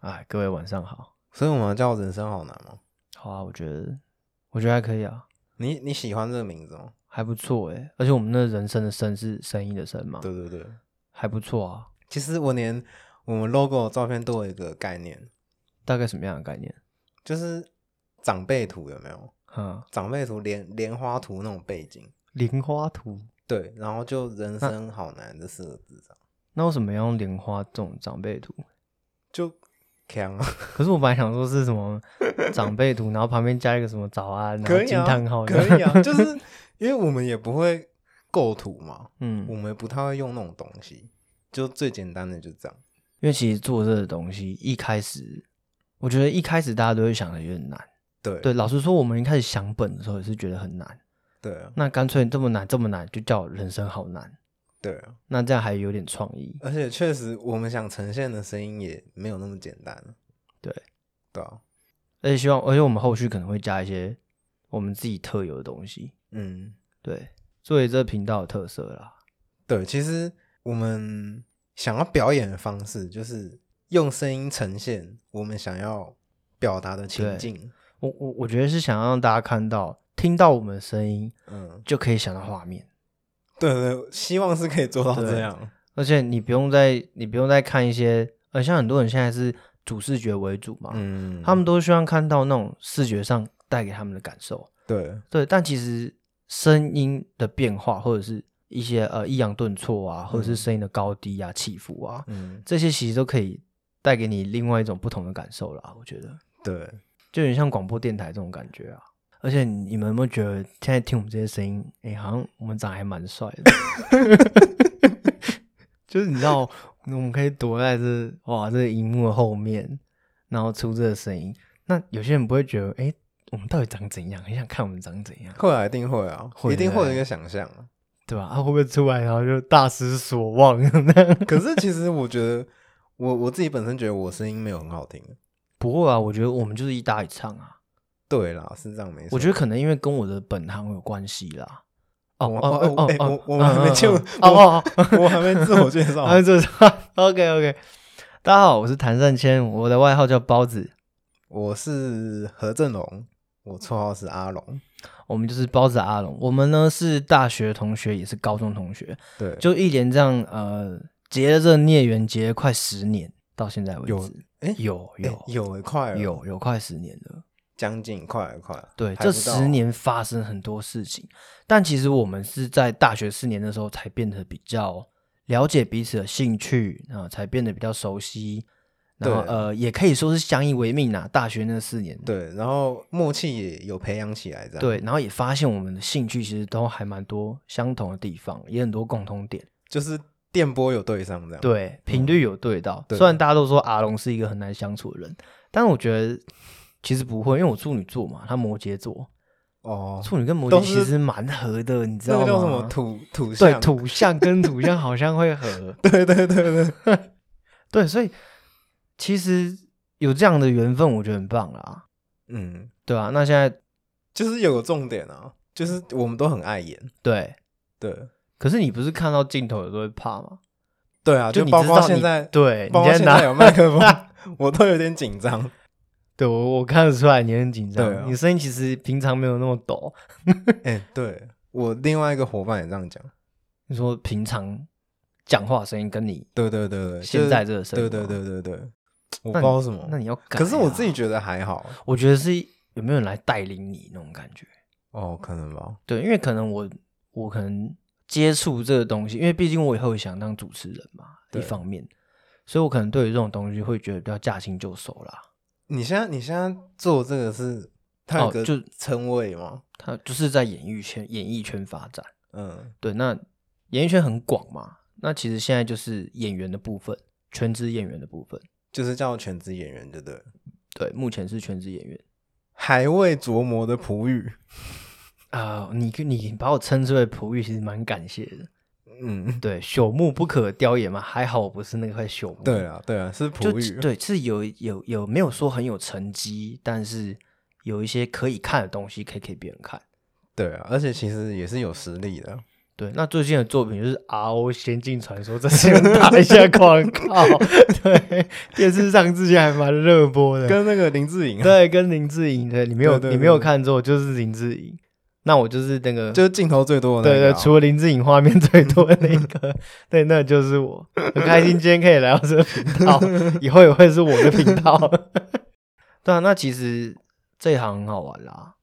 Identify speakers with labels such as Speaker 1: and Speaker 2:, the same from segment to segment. Speaker 1: 哎，各位晚上好。
Speaker 2: 所以我们叫人生好难吗？
Speaker 1: 好啊，我觉得，我觉得还可以啊，
Speaker 2: 你你喜欢这个名字吗？
Speaker 1: 还不错诶、而且我们那人生的生是生意的生嘛，
Speaker 2: 对对对，
Speaker 1: 还不错啊。
Speaker 2: 其实我连我们 logo 的照片都有一个概念，
Speaker 1: 大概什么样的概念？
Speaker 2: 就是长辈图有没有？
Speaker 1: 嗯，
Speaker 2: 长辈图莲莲花图那种背景，
Speaker 1: 莲花图。
Speaker 2: 对，然后就人生好难这四个字这样，
Speaker 1: 那为什么要用莲花这种长辈图？
Speaker 2: 就强啊，
Speaker 1: 可是我本来想说是什么长辈图，然后旁边加一个什么早安，然
Speaker 2: 可
Speaker 1: 后
Speaker 2: 以
Speaker 1: 惊
Speaker 2: 啊
Speaker 1: 叹号，，
Speaker 2: 可以 啊，就是因为我们也不会构图嘛，
Speaker 1: 嗯，
Speaker 2: 我
Speaker 1: 因
Speaker 2: 们也不太会用那种东西，就最简单的就这样。
Speaker 1: 为其实做这个东西一开始，我觉得一开始大家都会想的有点难。
Speaker 2: 对
Speaker 1: 对，老实说，我们一开始想本的时候也是觉得很难。
Speaker 2: 对啊，
Speaker 1: 那干脆这么难，这么难，就叫人生好难。
Speaker 2: 对啊，
Speaker 1: 那这样还有点创意。
Speaker 2: 而且确实我们想呈现的声音也没有那么简单。
Speaker 1: 对，
Speaker 2: 对啊，
Speaker 1: 而且希望，而且我们后续可能会加一些我们自己特有的东西，
Speaker 2: 嗯，
Speaker 1: 对，作为这个频道的特色啦。
Speaker 2: 对，其实我们想要表演的方式就是用声音呈现我们想要表达的情
Speaker 1: 对
Speaker 2: 境。
Speaker 1: 我我我觉得是想让大家看到，听到我们的声音
Speaker 2: 嗯，
Speaker 1: 就可以想到画面，
Speaker 2: 对对，希望是可以做到这
Speaker 1: 对
Speaker 2: 样。
Speaker 1: 而且你不用再你不用再看一些，呃，像很多人现在是主视觉为主嘛，
Speaker 2: 嗯，
Speaker 1: 啊他们都希望看到那种视觉上带给他们的感受。
Speaker 2: 对
Speaker 1: 对，但其实声音的变化，或者是一些呃抑扬顿挫啊，或者是声音的高低啊、起伏啊，
Speaker 2: 嗯
Speaker 1: 这些其实都可以带给你另外一种不同的感受啦。我觉得
Speaker 2: 对，
Speaker 1: 就有点像广播电台这种感觉啊。而且你们有没有觉得现在听我们这些声音，哎、好像我们长得还蛮帅的， 就是你知道，我们可以躲在这哇这个荧幕的后面，然后出这个声音。那有些人不会觉得，哎、我们到底长怎样？很想看我们长怎样。
Speaker 2: 会啊，一定会啊，
Speaker 1: 会
Speaker 2: 一定
Speaker 1: 对
Speaker 2: 会有一个想象啊。
Speaker 1: 对吧？他、会不会出来，然后就大失所望 那样？
Speaker 2: 可是其实我觉得，我我自己本身觉得我声音没有很好听。
Speaker 1: 不会啊，我觉得我们就是一搭一唱啊。
Speaker 2: 对啦，是这样没错。
Speaker 1: 我觉得可能因为跟我的本行有关系啦。哦
Speaker 2: 我
Speaker 1: 哦
Speaker 2: 我
Speaker 1: 哦
Speaker 2: 哎
Speaker 1: 哦
Speaker 2: 我我们还
Speaker 1: 嗯
Speaker 2: 没
Speaker 1: 嗯
Speaker 2: 进入
Speaker 1: 嗯哦哦
Speaker 2: 我还没自我介 绍
Speaker 1: 哦，还这 OK OK。大家好，我是谭善谦，我的外号叫包子，
Speaker 2: 我是何振龙，我绰号是阿龙。
Speaker 1: 我们就是包子阿龙。我们呢是大学同学，也是高中同学，
Speaker 2: 对，
Speaker 1: 就一连这样呃结了这孽缘，结了快十年，到现在为
Speaker 2: 有
Speaker 1: 止，
Speaker 2: 哎
Speaker 1: 有有
Speaker 2: 哎有欸快了
Speaker 1: 有有快十年了。
Speaker 2: 将近快了快了，
Speaker 1: 对，
Speaker 2: 还
Speaker 1: 这
Speaker 2: 不到啊
Speaker 1: 十年发生很多事情，但其实我们是在大学四年的时候才变得比较了解彼此的兴趣啊、才变得比较熟悉。然后
Speaker 2: 对
Speaker 1: 呃，也可以说是相依为命啊。大学那四年，
Speaker 2: 对，啊然后默契也有培养起来，这样
Speaker 1: 对，，然后也发现我们的兴趣其实都还蛮多相同的地方，也很多共同点。
Speaker 2: 就是电波有对上这样，，
Speaker 1: 对，频率有对到。
Speaker 2: 嗯对
Speaker 1: 虽然大家都说阿龙是一个很难相处的人，但我觉得其实不会，因为我处女座嘛，他摩羯座，
Speaker 2: 哦，
Speaker 1: 处女跟摩羯
Speaker 2: 都
Speaker 1: 其
Speaker 2: 是
Speaker 1: 实蛮合的，你知
Speaker 2: 这
Speaker 1: 道
Speaker 2: 个
Speaker 1: 吗？
Speaker 2: 叫什么土土
Speaker 1: 对，
Speaker 2: 象，
Speaker 1: 土象跟土象好像会 合。
Speaker 2: 对对对对对，
Speaker 1: 对，所以其实有这样的缘分，我觉得很棒啦，
Speaker 2: 嗯，
Speaker 1: 对啊，那现在
Speaker 2: 就是有个重点啊，就是我们都很爱演，
Speaker 1: 对，
Speaker 2: 对
Speaker 1: 可是你不是看到镜头有时候会怕吗？
Speaker 2: 对啊，
Speaker 1: 你
Speaker 2: 包
Speaker 1: 知道
Speaker 2: 括
Speaker 1: 你
Speaker 2: 现在，
Speaker 1: 对，
Speaker 2: 包
Speaker 1: 你
Speaker 2: 括
Speaker 1: 现
Speaker 2: 现
Speaker 1: 在
Speaker 2: 在
Speaker 1: 拿，
Speaker 2: 有麦克风， 我都有点紧张，
Speaker 1: 对我我看得出来你很紧张，
Speaker 2: 对啊
Speaker 1: 你声音其实平常没有那么抖。
Speaker 2: 哎，对我另外一个伙伴也这样讲，
Speaker 1: 你说平常讲话声音跟你
Speaker 2: 对对对对，就
Speaker 1: 现
Speaker 2: 是
Speaker 1: 在这个声音
Speaker 2: 对
Speaker 1: 吗，
Speaker 2: 对对对对，
Speaker 1: 那你，
Speaker 2: 我不知道为什么，
Speaker 1: 那你要改啊、
Speaker 2: 可是我自己觉得还好
Speaker 1: 我觉得是有没有人来带领你那种感觉。
Speaker 2: 哦，可能吧，
Speaker 1: 对，因为可能我我可能接触这个东西，因为毕竟我以后也想当主持人嘛，一
Speaker 2: 对
Speaker 1: 方面，所以我可能对于这种东西会觉得比较驾轻就熟啦。
Speaker 2: 你现在你现在做这个是它有
Speaker 1: 哦
Speaker 2: 个
Speaker 1: 就
Speaker 2: 称谓吗？
Speaker 1: 他就是在演艺圈演艺圈发展，
Speaker 2: 嗯，
Speaker 1: 对，那演艺圈很广嘛，那其实现在就是演员的部分，全职演员的部分，
Speaker 2: 就是叫全职演员，对不对？
Speaker 1: 对，目前是全职演员。
Speaker 2: 还未琢磨的璞玉，
Speaker 1: 啊、你跟你把我称之为璞玉，其实蛮感谢的。
Speaker 2: 嗯，
Speaker 1: 对，朽木不可雕也嘛，还好我不是那块朽木。
Speaker 2: 对啊，对啊，是璞
Speaker 1: 就
Speaker 2: 玉，
Speaker 1: 对，是有有有没有说很有成绩，但是有一些可以看的东西可以给别人看。
Speaker 2: 对啊，而且其实也是有实力的，
Speaker 1: 对，那最近的作品就是《RO 仙境传说》，这是打一下广告。对，电视上之前还蛮热播的，
Speaker 2: 跟那个林志颖、啊，
Speaker 1: 对，跟林志颖对，你没有
Speaker 2: 对对
Speaker 1: 你没有
Speaker 2: 对
Speaker 1: 看错，就是林志颖。那我就是那个，
Speaker 2: 就是镜头最多的那
Speaker 1: 对
Speaker 2: 个
Speaker 1: 对，
Speaker 2: 啊、
Speaker 1: 除了林志颖画面 最多的那 个，对，那就是我。很开心今天可以来到这个频 道，以后也会是我的频道。 对啊，那其实这一行很好玩啦。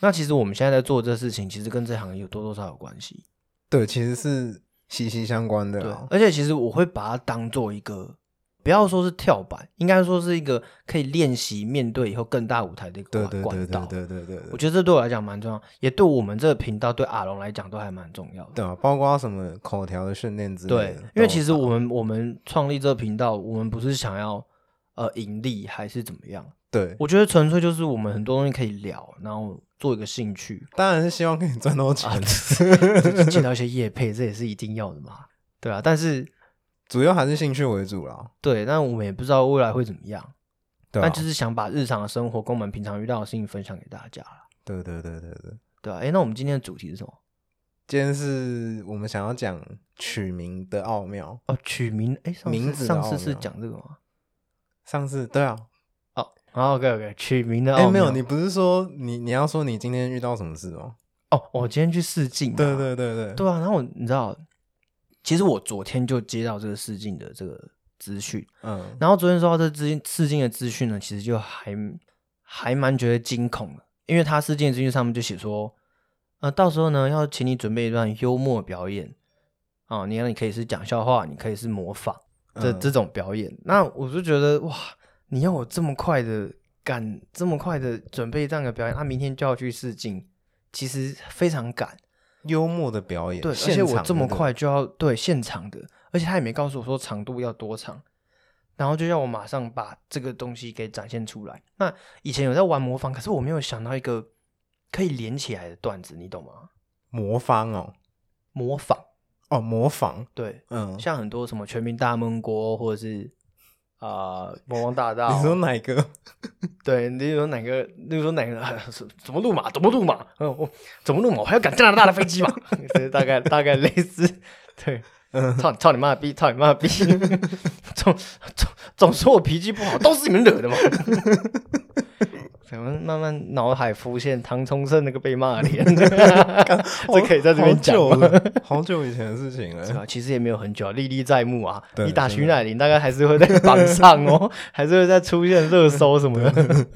Speaker 1: 那其实我们现在在做这事情，其实跟这行有多多少少有关系。
Speaker 2: 对，其实是息息相关的
Speaker 1: 对
Speaker 2: 啊、，
Speaker 1: 而且其实我会把它当做一个，不要说是跳板，应该说是一个可以练习面对以后更大舞台的一个
Speaker 2: 对
Speaker 1: 管管
Speaker 2: 对对
Speaker 1: 道
Speaker 2: 对。对对对
Speaker 1: 我
Speaker 2: 对，
Speaker 1: 觉得这对我来讲蛮重要，也对我们这个频道对阿龙来讲都还蛮重要的。
Speaker 2: 对啊，包括什么口条的训练之类的
Speaker 1: 对
Speaker 2: 都有，
Speaker 1: 因为其实我们我们创立这个频道，我们不是想要呃盈利还是怎么样，
Speaker 2: 对，
Speaker 1: 我觉得纯粹就是我们很多东西可以聊，然后做一个兴 趣，
Speaker 2: 当然是希望可以赚到
Speaker 1: 啊
Speaker 2: 钱，
Speaker 1: 就是接到一些业配，这也是一定要的嘛，对啊。但是
Speaker 2: 主要还是兴趣为主啦。
Speaker 1: 对，但我们也不知道未来会怎么样，
Speaker 2: 对啊，
Speaker 1: 但就是想把日常的生活跟我们平常遇到的事情分享给大家啦
Speaker 2: 对对对对对。
Speaker 1: 对啊。哎，那我们今天的主题是什么？
Speaker 2: 今天是我们想要讲取名的奥妙。
Speaker 1: 哦，取名。哎，上
Speaker 2: 名
Speaker 1: 次
Speaker 2: 字哦的
Speaker 1: 上次
Speaker 2: 奥
Speaker 1: 是
Speaker 2: 妙
Speaker 1: 讲这个吗？
Speaker 2: 上次对啊，
Speaker 1: 哦，好，OK OK，取名的
Speaker 2: 哎、
Speaker 1: 奥
Speaker 2: 没有，
Speaker 1: 妙
Speaker 2: 你不是说你你要说你今天遇到什么事吗？
Speaker 1: 哦，我今天去试镜嘛，
Speaker 2: 对对对对
Speaker 1: 对啊，然后我你知道，其实我昨天就接到这个试镜的这个资讯，
Speaker 2: 嗯，
Speaker 1: 然后昨天收到这资试镜的资讯呢，其实就还还蛮觉得惊恐的，因为他试镜的资讯上面就写说，呃，到时候呢要请你准备一段幽默表演，哦，你看你可以是讲笑话，你可以是模仿这、
Speaker 2: 嗯
Speaker 1: 这种表演，那我就觉得哇，你要我这么快的赶，这么快的准备这样的表演，他、明天就要去试镜，其实非常赶。
Speaker 2: 幽默的表演，
Speaker 1: 对，而
Speaker 2: 现
Speaker 1: 且我
Speaker 2: 场
Speaker 1: 这么
Speaker 2: 的
Speaker 1: 快就要对现场的，而且他也没告诉我说长度要多长，然后就要我马上把这个东西给展现出来。那以前有在玩模仿，可是我没有想到一个可以连起来的段子，你懂吗？
Speaker 2: 魔方哦
Speaker 1: 模仿，
Speaker 2: 哦模仿，
Speaker 1: 对，
Speaker 2: 嗯，
Speaker 1: 像很多什么全民大闷锅，或者是啊、呃魔王大道，
Speaker 2: 你说哪一个？
Speaker 1: 对，你有哪个，例如说哪个，啊怎 怎么录嘛，怎么录嘛，嗯，我怎么录嘛，我还要赶加拿大的飞机嘛， 这大概大概类似，对，
Speaker 2: 嗯
Speaker 1: 操操你妈的逼，操你妈的逼， 总总总说我脾气不好，都是你们惹的嘛。 怎么慢慢脑海浮现唐崇盛那个被骂 的脸， 这可以在这边讲
Speaker 2: 好久啊
Speaker 1: 吗？
Speaker 2: 了好久以前的事情
Speaker 1: 是
Speaker 2: 了。
Speaker 1: 吧？其实也没有很久啊，历历在目啊。
Speaker 2: 对
Speaker 1: 你打
Speaker 2: 真
Speaker 1: 徐
Speaker 2: 的
Speaker 1: 乃麟，大概还是会在榜上哦， 还是会再出现热搜什么 的。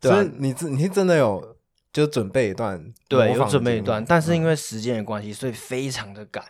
Speaker 1: 对啊
Speaker 2: 所以你自你是真的有就准备一段，
Speaker 1: 对，有准备一段，但是因
Speaker 2: 为
Speaker 1: 为时间的关系，所以非常的赶。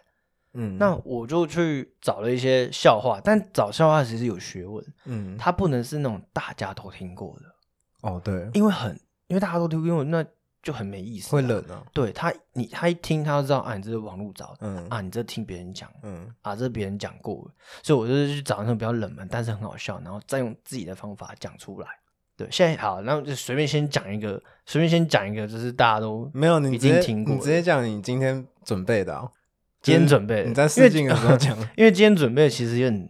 Speaker 2: 嗯，
Speaker 1: 那我就去找了一些笑话，但找笑话其实有学问，
Speaker 2: 嗯
Speaker 1: 它不能是那种大家都听过的，
Speaker 2: 哦对，
Speaker 1: 因为很因为大家都听过，那就很没意思、
Speaker 2: 会。冷啊，
Speaker 1: 对他，你他一听他就知道啊，你这是网络找的、
Speaker 2: 嗯
Speaker 1: 啊，你这听别人讲的
Speaker 2: 嗯
Speaker 1: 啊，这别人讲过的，所以我就是去找那种比较冷门，但是很好笑，然后再用自己的方法讲出来。对，现在好，那我就随便先讲一个，随便先讲一个，就是大家都
Speaker 2: 没有，你
Speaker 1: 已
Speaker 2: 直接
Speaker 1: 经听过
Speaker 2: 你
Speaker 1: 了
Speaker 2: 直接讲你今天准备的啊，
Speaker 1: 今天准备
Speaker 2: 就
Speaker 1: 的
Speaker 2: 是你
Speaker 1: 因
Speaker 2: 在
Speaker 1: 为
Speaker 2: 试镜的时候讲，
Speaker 1: 因为 呃今天准备的其实有点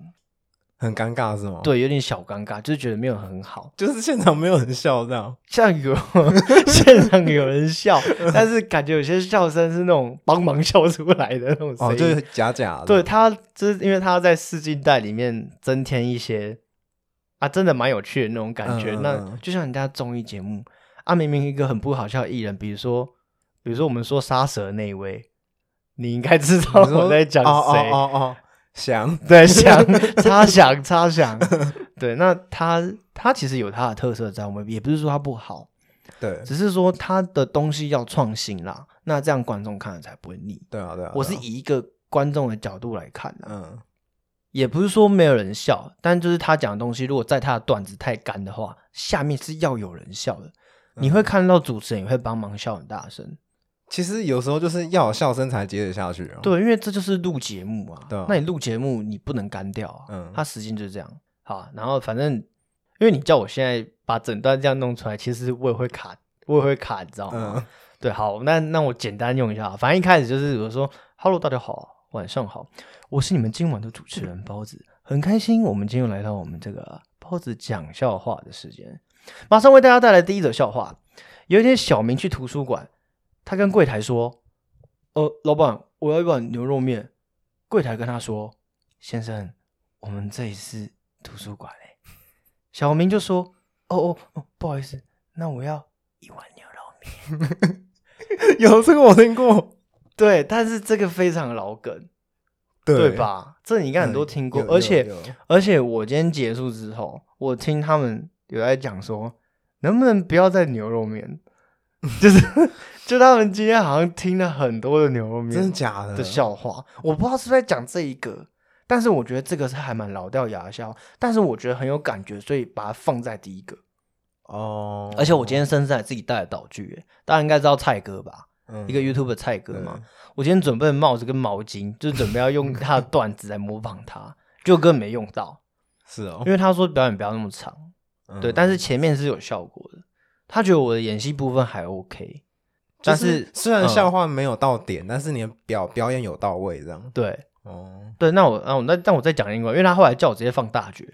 Speaker 2: 很尴尬是吗？，
Speaker 1: 对，有点小尴尬，就是觉得没有很好。
Speaker 2: 就是现场没有人笑这样，
Speaker 1: 像有 现场有人 笑，但是感觉有些笑声是那种帮忙笑出来的那种声
Speaker 2: 哦，
Speaker 1: 音。
Speaker 2: 就是假假的，
Speaker 1: 对，他，就是因为他在试镜带里面增添一些啊，真的蛮有趣的那种感觉。
Speaker 2: 嗯嗯
Speaker 1: 那
Speaker 2: 嗯
Speaker 1: 就像人家综艺节目啊，明明一个很不好笑的艺人，比如说，比如说我们说杀蛇那一位，你应该知道
Speaker 2: 你说，
Speaker 1: 我在讲谁。
Speaker 2: 哦哦哦哦，想，
Speaker 1: 对，想插想插想，对，那他他其实有他的特色在，我们也不是说他不好，
Speaker 2: 对
Speaker 1: 只是说他的东西要创新啦，那这样观众看了才不会腻。
Speaker 2: 对啊对啊，
Speaker 1: 我是
Speaker 2: 对啊
Speaker 1: 以一个观众的角度来看的，
Speaker 2: 嗯
Speaker 1: 也不是说没有人笑，但就是他讲的东西，如果在他的段子太干的话，下面是要有人笑的。你会看到主持人也会帮忙笑很大声，
Speaker 2: 其实有时候就是要有笑声才接得下去哦。，
Speaker 1: 对，因为这就是录节目啊。
Speaker 2: 对啊
Speaker 1: 那你录节目你不能干掉啊。
Speaker 2: 嗯
Speaker 1: 它时间就是这样。好，然后反正因为你叫我现在把整段这样弄出来，其实我也会卡，我也会卡，你知道吗？
Speaker 2: 嗯
Speaker 1: 对，好，那那我简单用一下啊。反正一开始就是我说，Hello，大家好，晚上好，我是你们今晚的主持人包子，很开心我们今天又来到我们这个包子讲笑话的时间，马上为大家带来第一则笑话。有一天，小明去图书馆，他跟柜台说：“呃，老板，我要一碗牛肉面。柜台跟他说：“先生，我们这里是图书馆诶。”小明就说：“哦哦哦，不好意思，那我要一碗牛肉面。
Speaker 2: 有这个我听过，”
Speaker 1: 对，但是这个非常老梗，对？吧？这你应该很多
Speaker 2: 嗯
Speaker 1: 听过，
Speaker 2: 有
Speaker 1: 而且
Speaker 2: 有有
Speaker 1: 而且我今天结束之后，我听他们有在讲说，能不能不要再牛肉面？ 就是就他们今天好像听了很多的牛肉面，
Speaker 2: 真的假的？
Speaker 1: 的笑话，我不知道是不是在讲这一个，但是我觉得这个是还蛮老掉牙的笑话，但是我觉得很有感觉，所以把它放在第一个。
Speaker 2: 哦，
Speaker 1: 而且我今天甚至还自己带了道具耶，大家应该知道蔡哥吧，
Speaker 2: 嗯
Speaker 1: 一个 YouTube 的蔡哥嘛。我今天准备的帽子跟毛巾，就是准备要 用他的段子来模仿他，就根本没用到，
Speaker 2: 是哦嗯
Speaker 1: 因，为他说表演不要那么长，对，但
Speaker 2: 是
Speaker 1: 是前面是有效果的。他觉得我的演戏部分还 OK，但
Speaker 2: 是
Speaker 1: 是
Speaker 2: 虽然
Speaker 1: 嗯
Speaker 2: 笑话没有到点，但是你的表表演有到位，这样
Speaker 1: 对
Speaker 2: 哦，
Speaker 1: 对，那我那我那但我再讲另外，因为他后来叫我直接放大绝，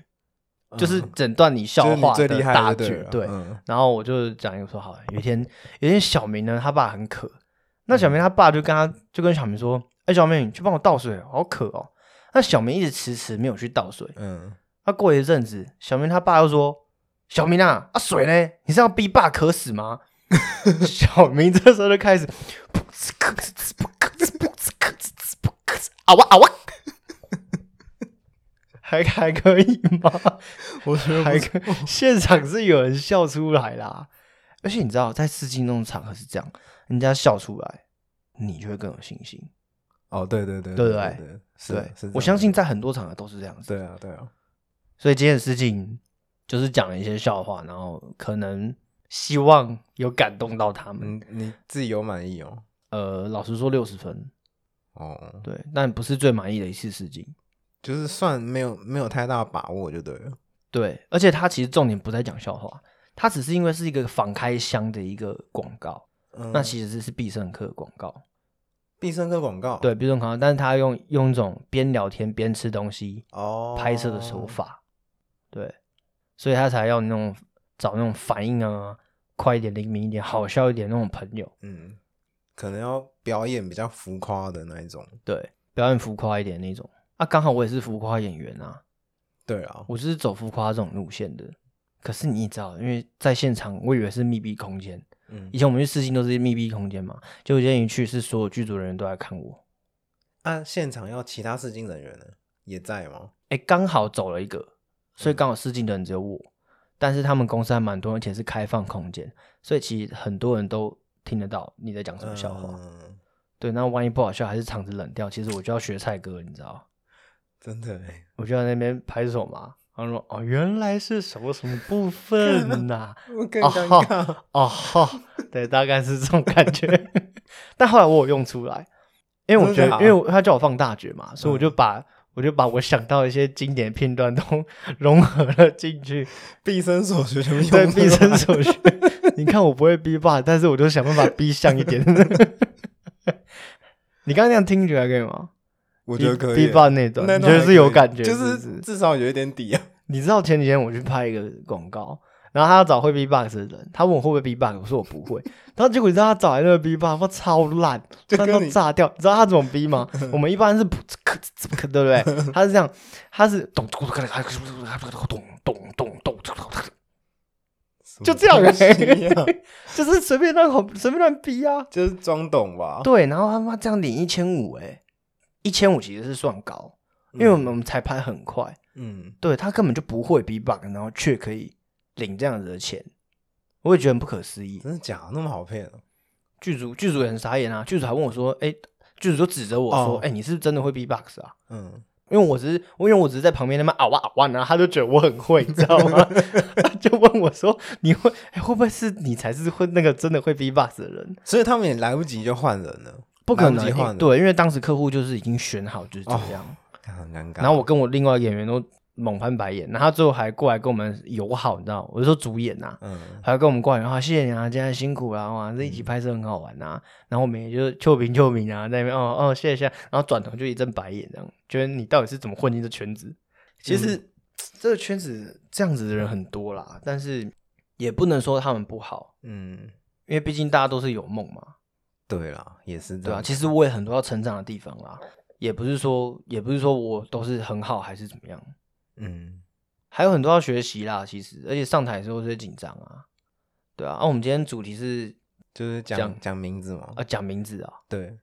Speaker 1: 就是
Speaker 2: 嗯
Speaker 1: 诊断你笑
Speaker 2: 就是你
Speaker 1: 话
Speaker 2: 最厉害
Speaker 1: 大
Speaker 2: 的
Speaker 1: 绝
Speaker 2: 了，
Speaker 1: 对。
Speaker 2: 嗯
Speaker 1: 然后我就讲一个说，好，有一天有一天小明呢，他爸很渴，那小明他爸就跟他就跟小明说，哎、小明，你去帮我倒水，好渴哦。那小明一直迟迟没有去倒水，
Speaker 2: 嗯，
Speaker 1: 那过一阵子，小明他爸又说，小明啊，啊水呢？你是要逼爸渴死吗？ 小明这时候就开始，啊哇啊 哇，还还可以吗？
Speaker 2: 我觉 得
Speaker 1: 还
Speaker 2: 不错
Speaker 1: 可现场是有人笑出来啦。而且你知道，在试镜那种场合是这样，人家笑出来，你就会更有信心。
Speaker 2: 哦，对对对
Speaker 1: 对不
Speaker 2: 对
Speaker 1: 对，
Speaker 2: 是
Speaker 1: 对
Speaker 2: 的是，
Speaker 1: 我
Speaker 2: 这样
Speaker 1: 相信
Speaker 2: 的
Speaker 1: 在很多场合都是这样子。
Speaker 2: 对啊对啊，
Speaker 1: 所以今天的事情就是讲了一些笑话，然后可能希望有感动到他们。
Speaker 2: 嗯，你自己有满意哦，
Speaker 1: 呃，老实说，六十分，
Speaker 2: 哦，
Speaker 1: 对，但不是最满意的一次试镜。
Speaker 2: 就是算没有没有太大把握就对了，
Speaker 1: 对，而且他其实重点不在讲笑话，他只是因为是一个仿开箱的一个广告，
Speaker 2: 嗯
Speaker 1: 那其实是必胜客广告。
Speaker 2: 必胜客广告
Speaker 1: 对，比如说可能，但是他用用一种边聊天边吃东西
Speaker 2: 哦
Speaker 1: 拍摄的手，法，对，所以他才要那种找那种反应啊，快一点、灵敏一点、好笑一点那种朋友，
Speaker 2: 嗯，可能要表演比较浮夸的那一种，
Speaker 1: 对，表演浮夸一点那种。啊，刚好我也是浮夸演员啊，
Speaker 2: 对啊，
Speaker 1: 我就是走浮夸这种路线的。可是你也知道，因为在现场，我以为是密闭空间，
Speaker 2: 嗯
Speaker 1: 以，前我们去试镜都是密闭空间嘛，结果今天一去是所有剧组人员都来看我，
Speaker 2: 啊，现场要其他试镜人员呢也在吗？
Speaker 1: 哎，刚好走了一个，所以刚好试镜的人只有我，但是他们公司还蛮多人，而且是开放空间，所以其实很多人都听得到你在讲什么笑话。
Speaker 2: 嗯
Speaker 1: 对，那万一不好笑，还是场子冷掉，其实我就要学蔡哥，你知道，
Speaker 2: 真的 欸
Speaker 1: 我就在那边拍手嘛。然后说哦，原来是什么什么部分呐、
Speaker 2: 我更
Speaker 1: 哦
Speaker 2: 尴
Speaker 1: 吼
Speaker 2: 尬。
Speaker 1: 哦吼，对，大概是这种感觉。但后来我有用出来，因为我觉
Speaker 2: 真的嗯
Speaker 1: 得，
Speaker 2: 啊
Speaker 1: 因为我他叫我放大绝嘛，所以我就把、我就把我想到一些经典片段都 融合了进去。
Speaker 2: 毕生所学全部用
Speaker 1: 对，
Speaker 2: 得
Speaker 1: 毕生
Speaker 2: 完
Speaker 1: 所学。 你看我不会逼爸，但是我就想办法逼像一点。 你刚刚那样听觉还可以吗？
Speaker 2: 我
Speaker 1: 我
Speaker 2: 觉得可以
Speaker 1: 逼
Speaker 2: 欸。
Speaker 1: 爸那段，
Speaker 2: 那
Speaker 1: 你觉
Speaker 2: 段
Speaker 1: 得
Speaker 2: 还
Speaker 1: 是有
Speaker 2: 可以
Speaker 1: 感觉，
Speaker 2: 就是
Speaker 1: 不
Speaker 2: 是
Speaker 1: 是
Speaker 2: 至少有一点底啊。
Speaker 1: 你知道前几天我去拍一个广告，然后他要找会 B box 的人，他问我会不会 B box，我说我不会。然后结果你知道他找来那个 B box，我超烂，
Speaker 2: 就
Speaker 1: 烂
Speaker 2: 跟
Speaker 1: 到
Speaker 2: 你
Speaker 1: 炸掉。你知道他怎么逼吗？我们一般是噗呲咳呲咳，对不对？他是这样，他是咚咚咚咚咚咚咚咚。 就这样欸
Speaker 2: 欸
Speaker 1: 就是随便乱吼，随便乱逼啊。
Speaker 2: 就是装懂 吧。
Speaker 1: 对，然后他妈这样领一千五，哎，一千五其实是算高，
Speaker 2: 嗯
Speaker 1: 因为我们我们才拍很快，
Speaker 2: 嗯，
Speaker 1: 对他根本就不会 B box，然后却可以领这样子的钱，我也觉得很不可思议。
Speaker 2: 真的假的？那么好骗哦？
Speaker 1: 剧组剧组也很傻眼啊，剧组还问我说，哎，剧组就指着我说，
Speaker 2: 哦
Speaker 1: 哎、你是不是真的会 B box 啊？
Speaker 2: 嗯，
Speaker 1: 因为我只是，我因为我只是在旁边那边啊哇啊哇，然后他就觉得我很会，你知道吗？ 他就问我说：“你会、哎会不会是你才是会那个真的会 B box 的人？”
Speaker 2: 所以他们也来不及就换人了，
Speaker 1: 不可
Speaker 2: 来
Speaker 1: 能
Speaker 2: 及换
Speaker 1: 欸，
Speaker 2: 人，
Speaker 1: 对，因为当时客户就是已经选好就是
Speaker 2: 哦
Speaker 1: 这样，
Speaker 2: 看很尴尬。
Speaker 1: 然后我跟我另外一个演员都猛翻白眼，然后他最后还过来跟我们友好，你知道，我就说主演啊呐、
Speaker 2: 嗯，
Speaker 1: 还跟我们过来，啊，谢谢你啊，今天辛苦啦、哇，这一起拍摄很好玩呐、然后我们也就救命救命啊，在那边哦哦，谢谢谢谢，然后转头就一阵白眼，这样觉得你到底是怎么混进这圈子？嗯其实、这个圈子这样子的人很多啦，但是也不能说他们不好，
Speaker 2: 嗯，
Speaker 1: 因为毕竟大家都是有梦嘛，
Speaker 2: 对啦，也是这
Speaker 1: 对啊，
Speaker 2: 样。
Speaker 1: 其实我也很多要成长的地方啦，也不是说也不是说我都是很好还是怎么样，
Speaker 2: 嗯，
Speaker 1: 还有很多要学习啦。其实，而且上台的时候最紧张啊，对啊。啊，我们今天主题是
Speaker 2: 就是讲
Speaker 1: 讲
Speaker 2: 讲名字嘛。
Speaker 1: 啊讲名字啊，
Speaker 2: 对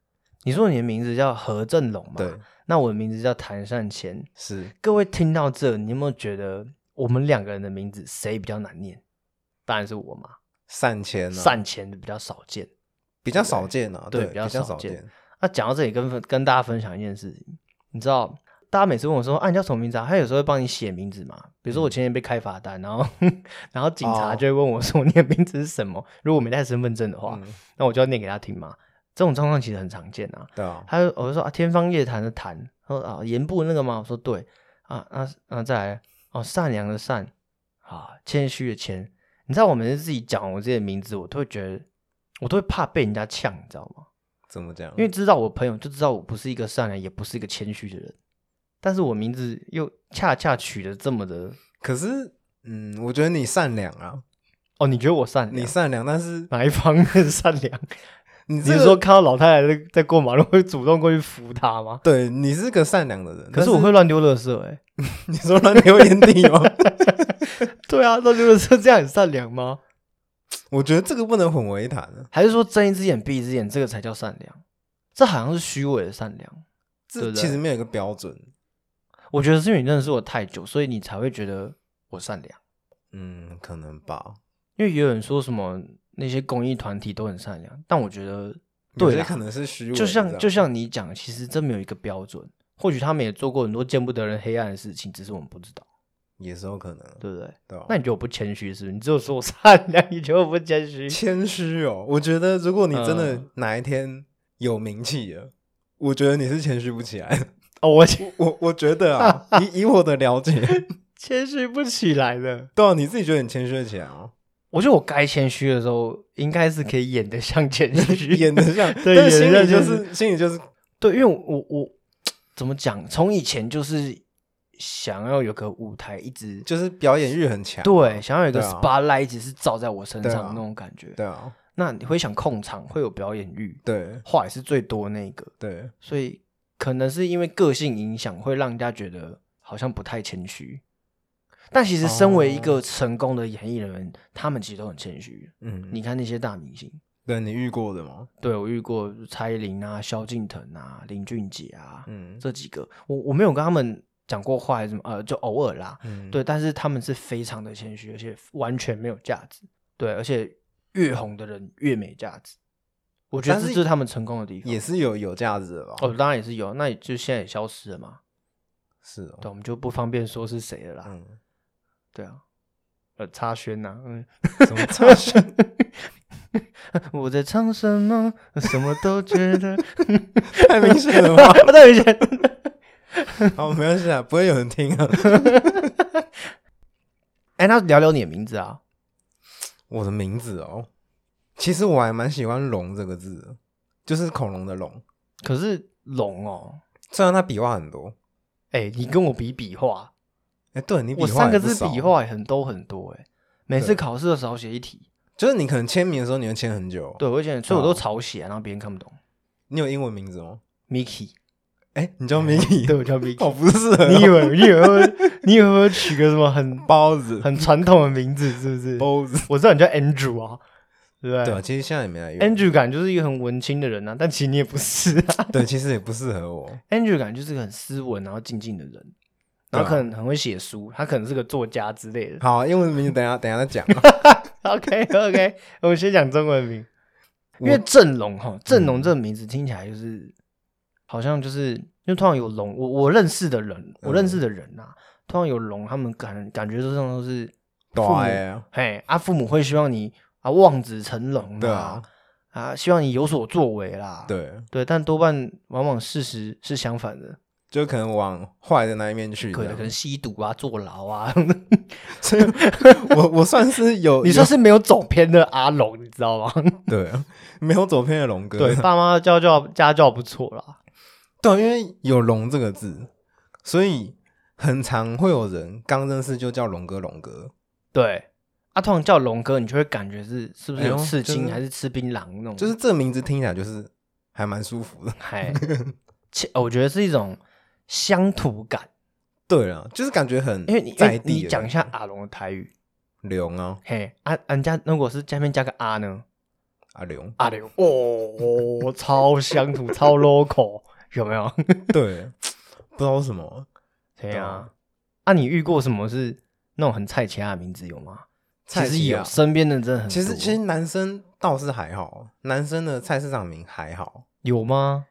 Speaker 1: 你说你的名字叫何振龙嘛？
Speaker 2: 对，
Speaker 1: 那我的名字叫谭善谦。
Speaker 2: 是
Speaker 1: 各位听到这，你有没有觉得我们两个人的名字谁比较难念？当然是我嘛，
Speaker 2: 善前啊，
Speaker 1: 善谦比较少见。
Speaker 2: 比较少见啊，
Speaker 1: 对
Speaker 2: 对，
Speaker 1: 比
Speaker 2: 比
Speaker 1: 较少
Speaker 2: 少
Speaker 1: 见。那讲到这里跟，跟大家分享一件事情，你知道，大家每次问我说：“啊，你叫什么名字啊？”他有时候会帮你写名字嘛。比如说我前天被开罚单，然后 然后警察
Speaker 2: 哦
Speaker 1: 就会问我说：“你的名字是什么？”如果我没带身份证的话，
Speaker 2: 嗯，
Speaker 1: 那我就要念给他听嘛。这种状况其实很常见啊。
Speaker 2: 对啊，
Speaker 1: 他就我就说啊，天方夜谭的谭，他说啊，言部那个吗？我说对，啊啊啊，再来哦，善良的善，啊，谦虚的谦。你知道我每次自己讲我自己的名字，我都会觉得，我都会怕被人家呛，你知道吗？
Speaker 2: 怎么讲？
Speaker 1: 因为知道我朋友就知道我不是一个善良，也不是一个谦虚的人，但是我名字又恰恰取得这么的，
Speaker 2: 可是，嗯，我觉得你善良啊，
Speaker 1: 哦，你觉得我善良？
Speaker 2: 你善良，但是
Speaker 1: 哪一方面善良？
Speaker 2: 你
Speaker 1: 你
Speaker 2: 这
Speaker 1: 是
Speaker 2: 个
Speaker 1: 说看到老太太在在过马路会主动过去扶她吗？
Speaker 2: 对你是个善良的人，
Speaker 1: 可
Speaker 2: 但
Speaker 1: 是
Speaker 2: 是
Speaker 1: 我会，乱丢垃圾、欸，
Speaker 2: 你说乱丢 烟蒂吗？
Speaker 1: 对啊，乱丢垃圾这样很善良吗？
Speaker 2: 我觉得这个不能混为一谈啊，
Speaker 1: 还是说睁一只眼闭一只眼，这个才叫善良？这好像是虚伪的善良。对
Speaker 2: 这
Speaker 1: 不对
Speaker 2: 其实没有一个标准。
Speaker 1: 我觉得是因为你认识我太久，所以你才会觉得我善良。
Speaker 2: 嗯，可能吧。
Speaker 1: 因为也有人说什么那些公益团体都很善良，但我觉得
Speaker 2: 有
Speaker 1: 对
Speaker 2: 些
Speaker 1: 啦
Speaker 2: 可能是虚伪的这
Speaker 1: 就
Speaker 2: 样，
Speaker 1: 像就像你讲，其实真没有一个标准。或许他们也做过很多见不得人黑暗的事情，只是我们不知道，
Speaker 2: 也是有可能，
Speaker 1: 对不对？
Speaker 2: 对吧？啊
Speaker 1: 那你觉得我不谦虚是不是？你只有说我善良，你觉得我不谦 虚？
Speaker 2: 谦虚哦，我觉得如果你真的
Speaker 1: 嗯
Speaker 2: 哪一天有名气了，我觉得你是谦虚不起来的。
Speaker 1: 哦，我谦
Speaker 2: 我我觉 得啊，以以我的了解，
Speaker 1: 谦虚不起来的。
Speaker 2: 对啊，你自己觉得你谦虚得起来 哦吗？
Speaker 1: 我觉得我该谦虚的时候，应该是可以演得像谦虚，
Speaker 2: 演的像，
Speaker 1: 对
Speaker 2: 但是
Speaker 1: 演
Speaker 2: 心
Speaker 1: 得
Speaker 2: 里
Speaker 1: 像
Speaker 2: 就
Speaker 1: 就是
Speaker 2: 心里就是
Speaker 1: 对，因为我我怎么讲，从以前就是想要有个舞台，一直
Speaker 2: 就是表演欲很强，
Speaker 1: 对，想要有一个
Speaker 2: 对啊
Speaker 1: spotlight 一直是照在我身
Speaker 2: 对
Speaker 1: 上的
Speaker 2: 啊
Speaker 1: 那种感觉。
Speaker 2: 对啊，
Speaker 1: 那你会想控场，会有表演欲，
Speaker 2: 对
Speaker 1: 话也是最多那个，
Speaker 2: 对，
Speaker 1: 所以可能是因为个性影响，会让人家觉得好像不太谦虚。但其实，身为一个
Speaker 2: 哦
Speaker 1: 成功的演艺人员，他们其实都很谦虚。
Speaker 2: 嗯，
Speaker 1: 你看那些大明星，
Speaker 2: 对你遇过的吗？
Speaker 1: 对我遇过蔡依林啊、萧敬腾啊、林俊杰啊，
Speaker 2: 嗯，
Speaker 1: 这几个，我我没有跟他们讲过话还是什么，呃，就偶尔啦，
Speaker 2: 嗯
Speaker 1: 对，但是他们是非常的谦虚，而且完全没有价值，对，而且越红的人越没价值，我觉得
Speaker 2: 但
Speaker 1: 这
Speaker 2: 是
Speaker 1: 就是他们成功的地方，
Speaker 2: 也是有有价值的吧？
Speaker 1: 哦，当然也是有，那也就现在也消失了嘛，
Speaker 2: 是哦，
Speaker 1: 对，我们就不方便说是谁了啦，
Speaker 2: 嗯，
Speaker 1: 对啊，呃，插轩呐、嗯，
Speaker 2: 什么差 距？
Speaker 1: 我在唱什么，什么都觉 得
Speaker 2: 太明显了吧？
Speaker 1: 不太明显，
Speaker 2: 好，没关系啊，不会有人听啊。
Speaker 1: 哎，那聊聊你的名字啊，
Speaker 2: 我的名字哦，其实我还蛮喜欢“龙”这个字的，就是恐龙的龙。
Speaker 1: 可是龙哦，
Speaker 2: 虽然它笔画很多，
Speaker 1: 哎，你跟我比比划。
Speaker 2: 哎，对你笔
Speaker 1: 我
Speaker 2: 画
Speaker 1: 三
Speaker 2: 也
Speaker 1: 个
Speaker 2: 不
Speaker 1: 字
Speaker 2: 少
Speaker 1: 笔，画也很都很多哎、每次
Speaker 2: 对
Speaker 1: 考试的时候写一题，
Speaker 2: 就是你可能签名的时候你会签很久。
Speaker 1: 对，，我写，所以我都
Speaker 2: 哦
Speaker 1: 草写，啊然后别人看不 懂。
Speaker 2: 你有英文名字吗？
Speaker 1: Mickey，
Speaker 2: 哎，你叫 Mickey，
Speaker 1: 对，我叫
Speaker 2: 好
Speaker 1: Mickey。
Speaker 2: 不适合哦。
Speaker 1: 你以为你以为会你以为会取个什么很
Speaker 2: 包子，
Speaker 1: 很传统的名字是不是？
Speaker 2: 包子。
Speaker 1: 我知道你叫 Andrew 啊，对不
Speaker 2: 对
Speaker 1: 对
Speaker 2: 啊，其实现在也没来用。
Speaker 1: ？Andrew 感觉就是一个很文青的人啊，但其实你也不是啊。
Speaker 2: 对，其实也不适合我。
Speaker 1: Andrew 感觉就是个很斯文然后静静的人，然后可
Speaker 2: 对啊
Speaker 1: 能很会写书，他可能是个作家之类的。
Speaker 2: 好，啊英文名字等一下等一下再讲啊。
Speaker 1: OK OK，我们先讲中文名，因为
Speaker 2: 我
Speaker 1: 振龙哈，振龙
Speaker 2: 嗯
Speaker 1: 这个名字听起来就是、好像就是因为通常有龙，我我认识的人，我认
Speaker 2: 嗯
Speaker 1: 识的人啊，通常有龙，他们感感觉都上都是
Speaker 2: 对
Speaker 1: 父母
Speaker 2: 啊，
Speaker 1: 嘿啊，父母会希望你啊望子成龙
Speaker 2: 对
Speaker 1: 啦
Speaker 2: 啊，
Speaker 1: 啊希望你有所作为啦，
Speaker 2: 对，
Speaker 1: 对，但多半往往事实是相反的，
Speaker 2: 就可能往坏的那一面去
Speaker 1: 可
Speaker 2: 这
Speaker 1: 能可能
Speaker 2: 样。
Speaker 1: 吸毒啊、坐牢啊，
Speaker 2: 所以我我算是有，
Speaker 1: 你说是没有走偏的阿龙，你知道吗？
Speaker 2: 有对，没有走偏的龙哥。
Speaker 1: 对，爸妈教教家教不错啦，
Speaker 2: 对，啊因为有“龙”这个字，所以很常会有人刚认识就叫龙哥龙哥。
Speaker 1: 对。啊，通常叫龙哥，你就会感觉是是不是
Speaker 2: 哎
Speaker 1: 有
Speaker 2: 呦
Speaker 1: 刺
Speaker 2: 就
Speaker 1: 青，
Speaker 2: 是
Speaker 1: 还是吃槟榔那种？
Speaker 2: 就是这名字听起来就是还蛮舒服的。
Speaker 1: 嗨，其我觉得是一种乡土感，
Speaker 2: 对啊，就是感觉很
Speaker 1: 因为你因
Speaker 2: 在
Speaker 1: 为
Speaker 2: 地
Speaker 1: 你
Speaker 2: 的嗯
Speaker 1: 讲一
Speaker 2: 感
Speaker 1: 下阿龙的台语，
Speaker 2: 觉龙啊
Speaker 1: 嘿，啊，啊人家如果是加面加个啊呢，
Speaker 2: 啊龙，
Speaker 1: 阿 龙哦，超乡土，超 local，有没有？ 啊
Speaker 2: 对，不知道为什么
Speaker 1: 对
Speaker 2: 懂
Speaker 1: 啊
Speaker 2: 啊，
Speaker 1: 啊，你遇过什么是那种很菜其他的名字有吗？ 其
Speaker 2: 菜
Speaker 1: 实
Speaker 2: 市
Speaker 1: 有，
Speaker 2: 啊
Speaker 1: 身边的真的很多，
Speaker 2: 其实其实男生倒是还好，男生的菜市场名还好，
Speaker 1: 有吗？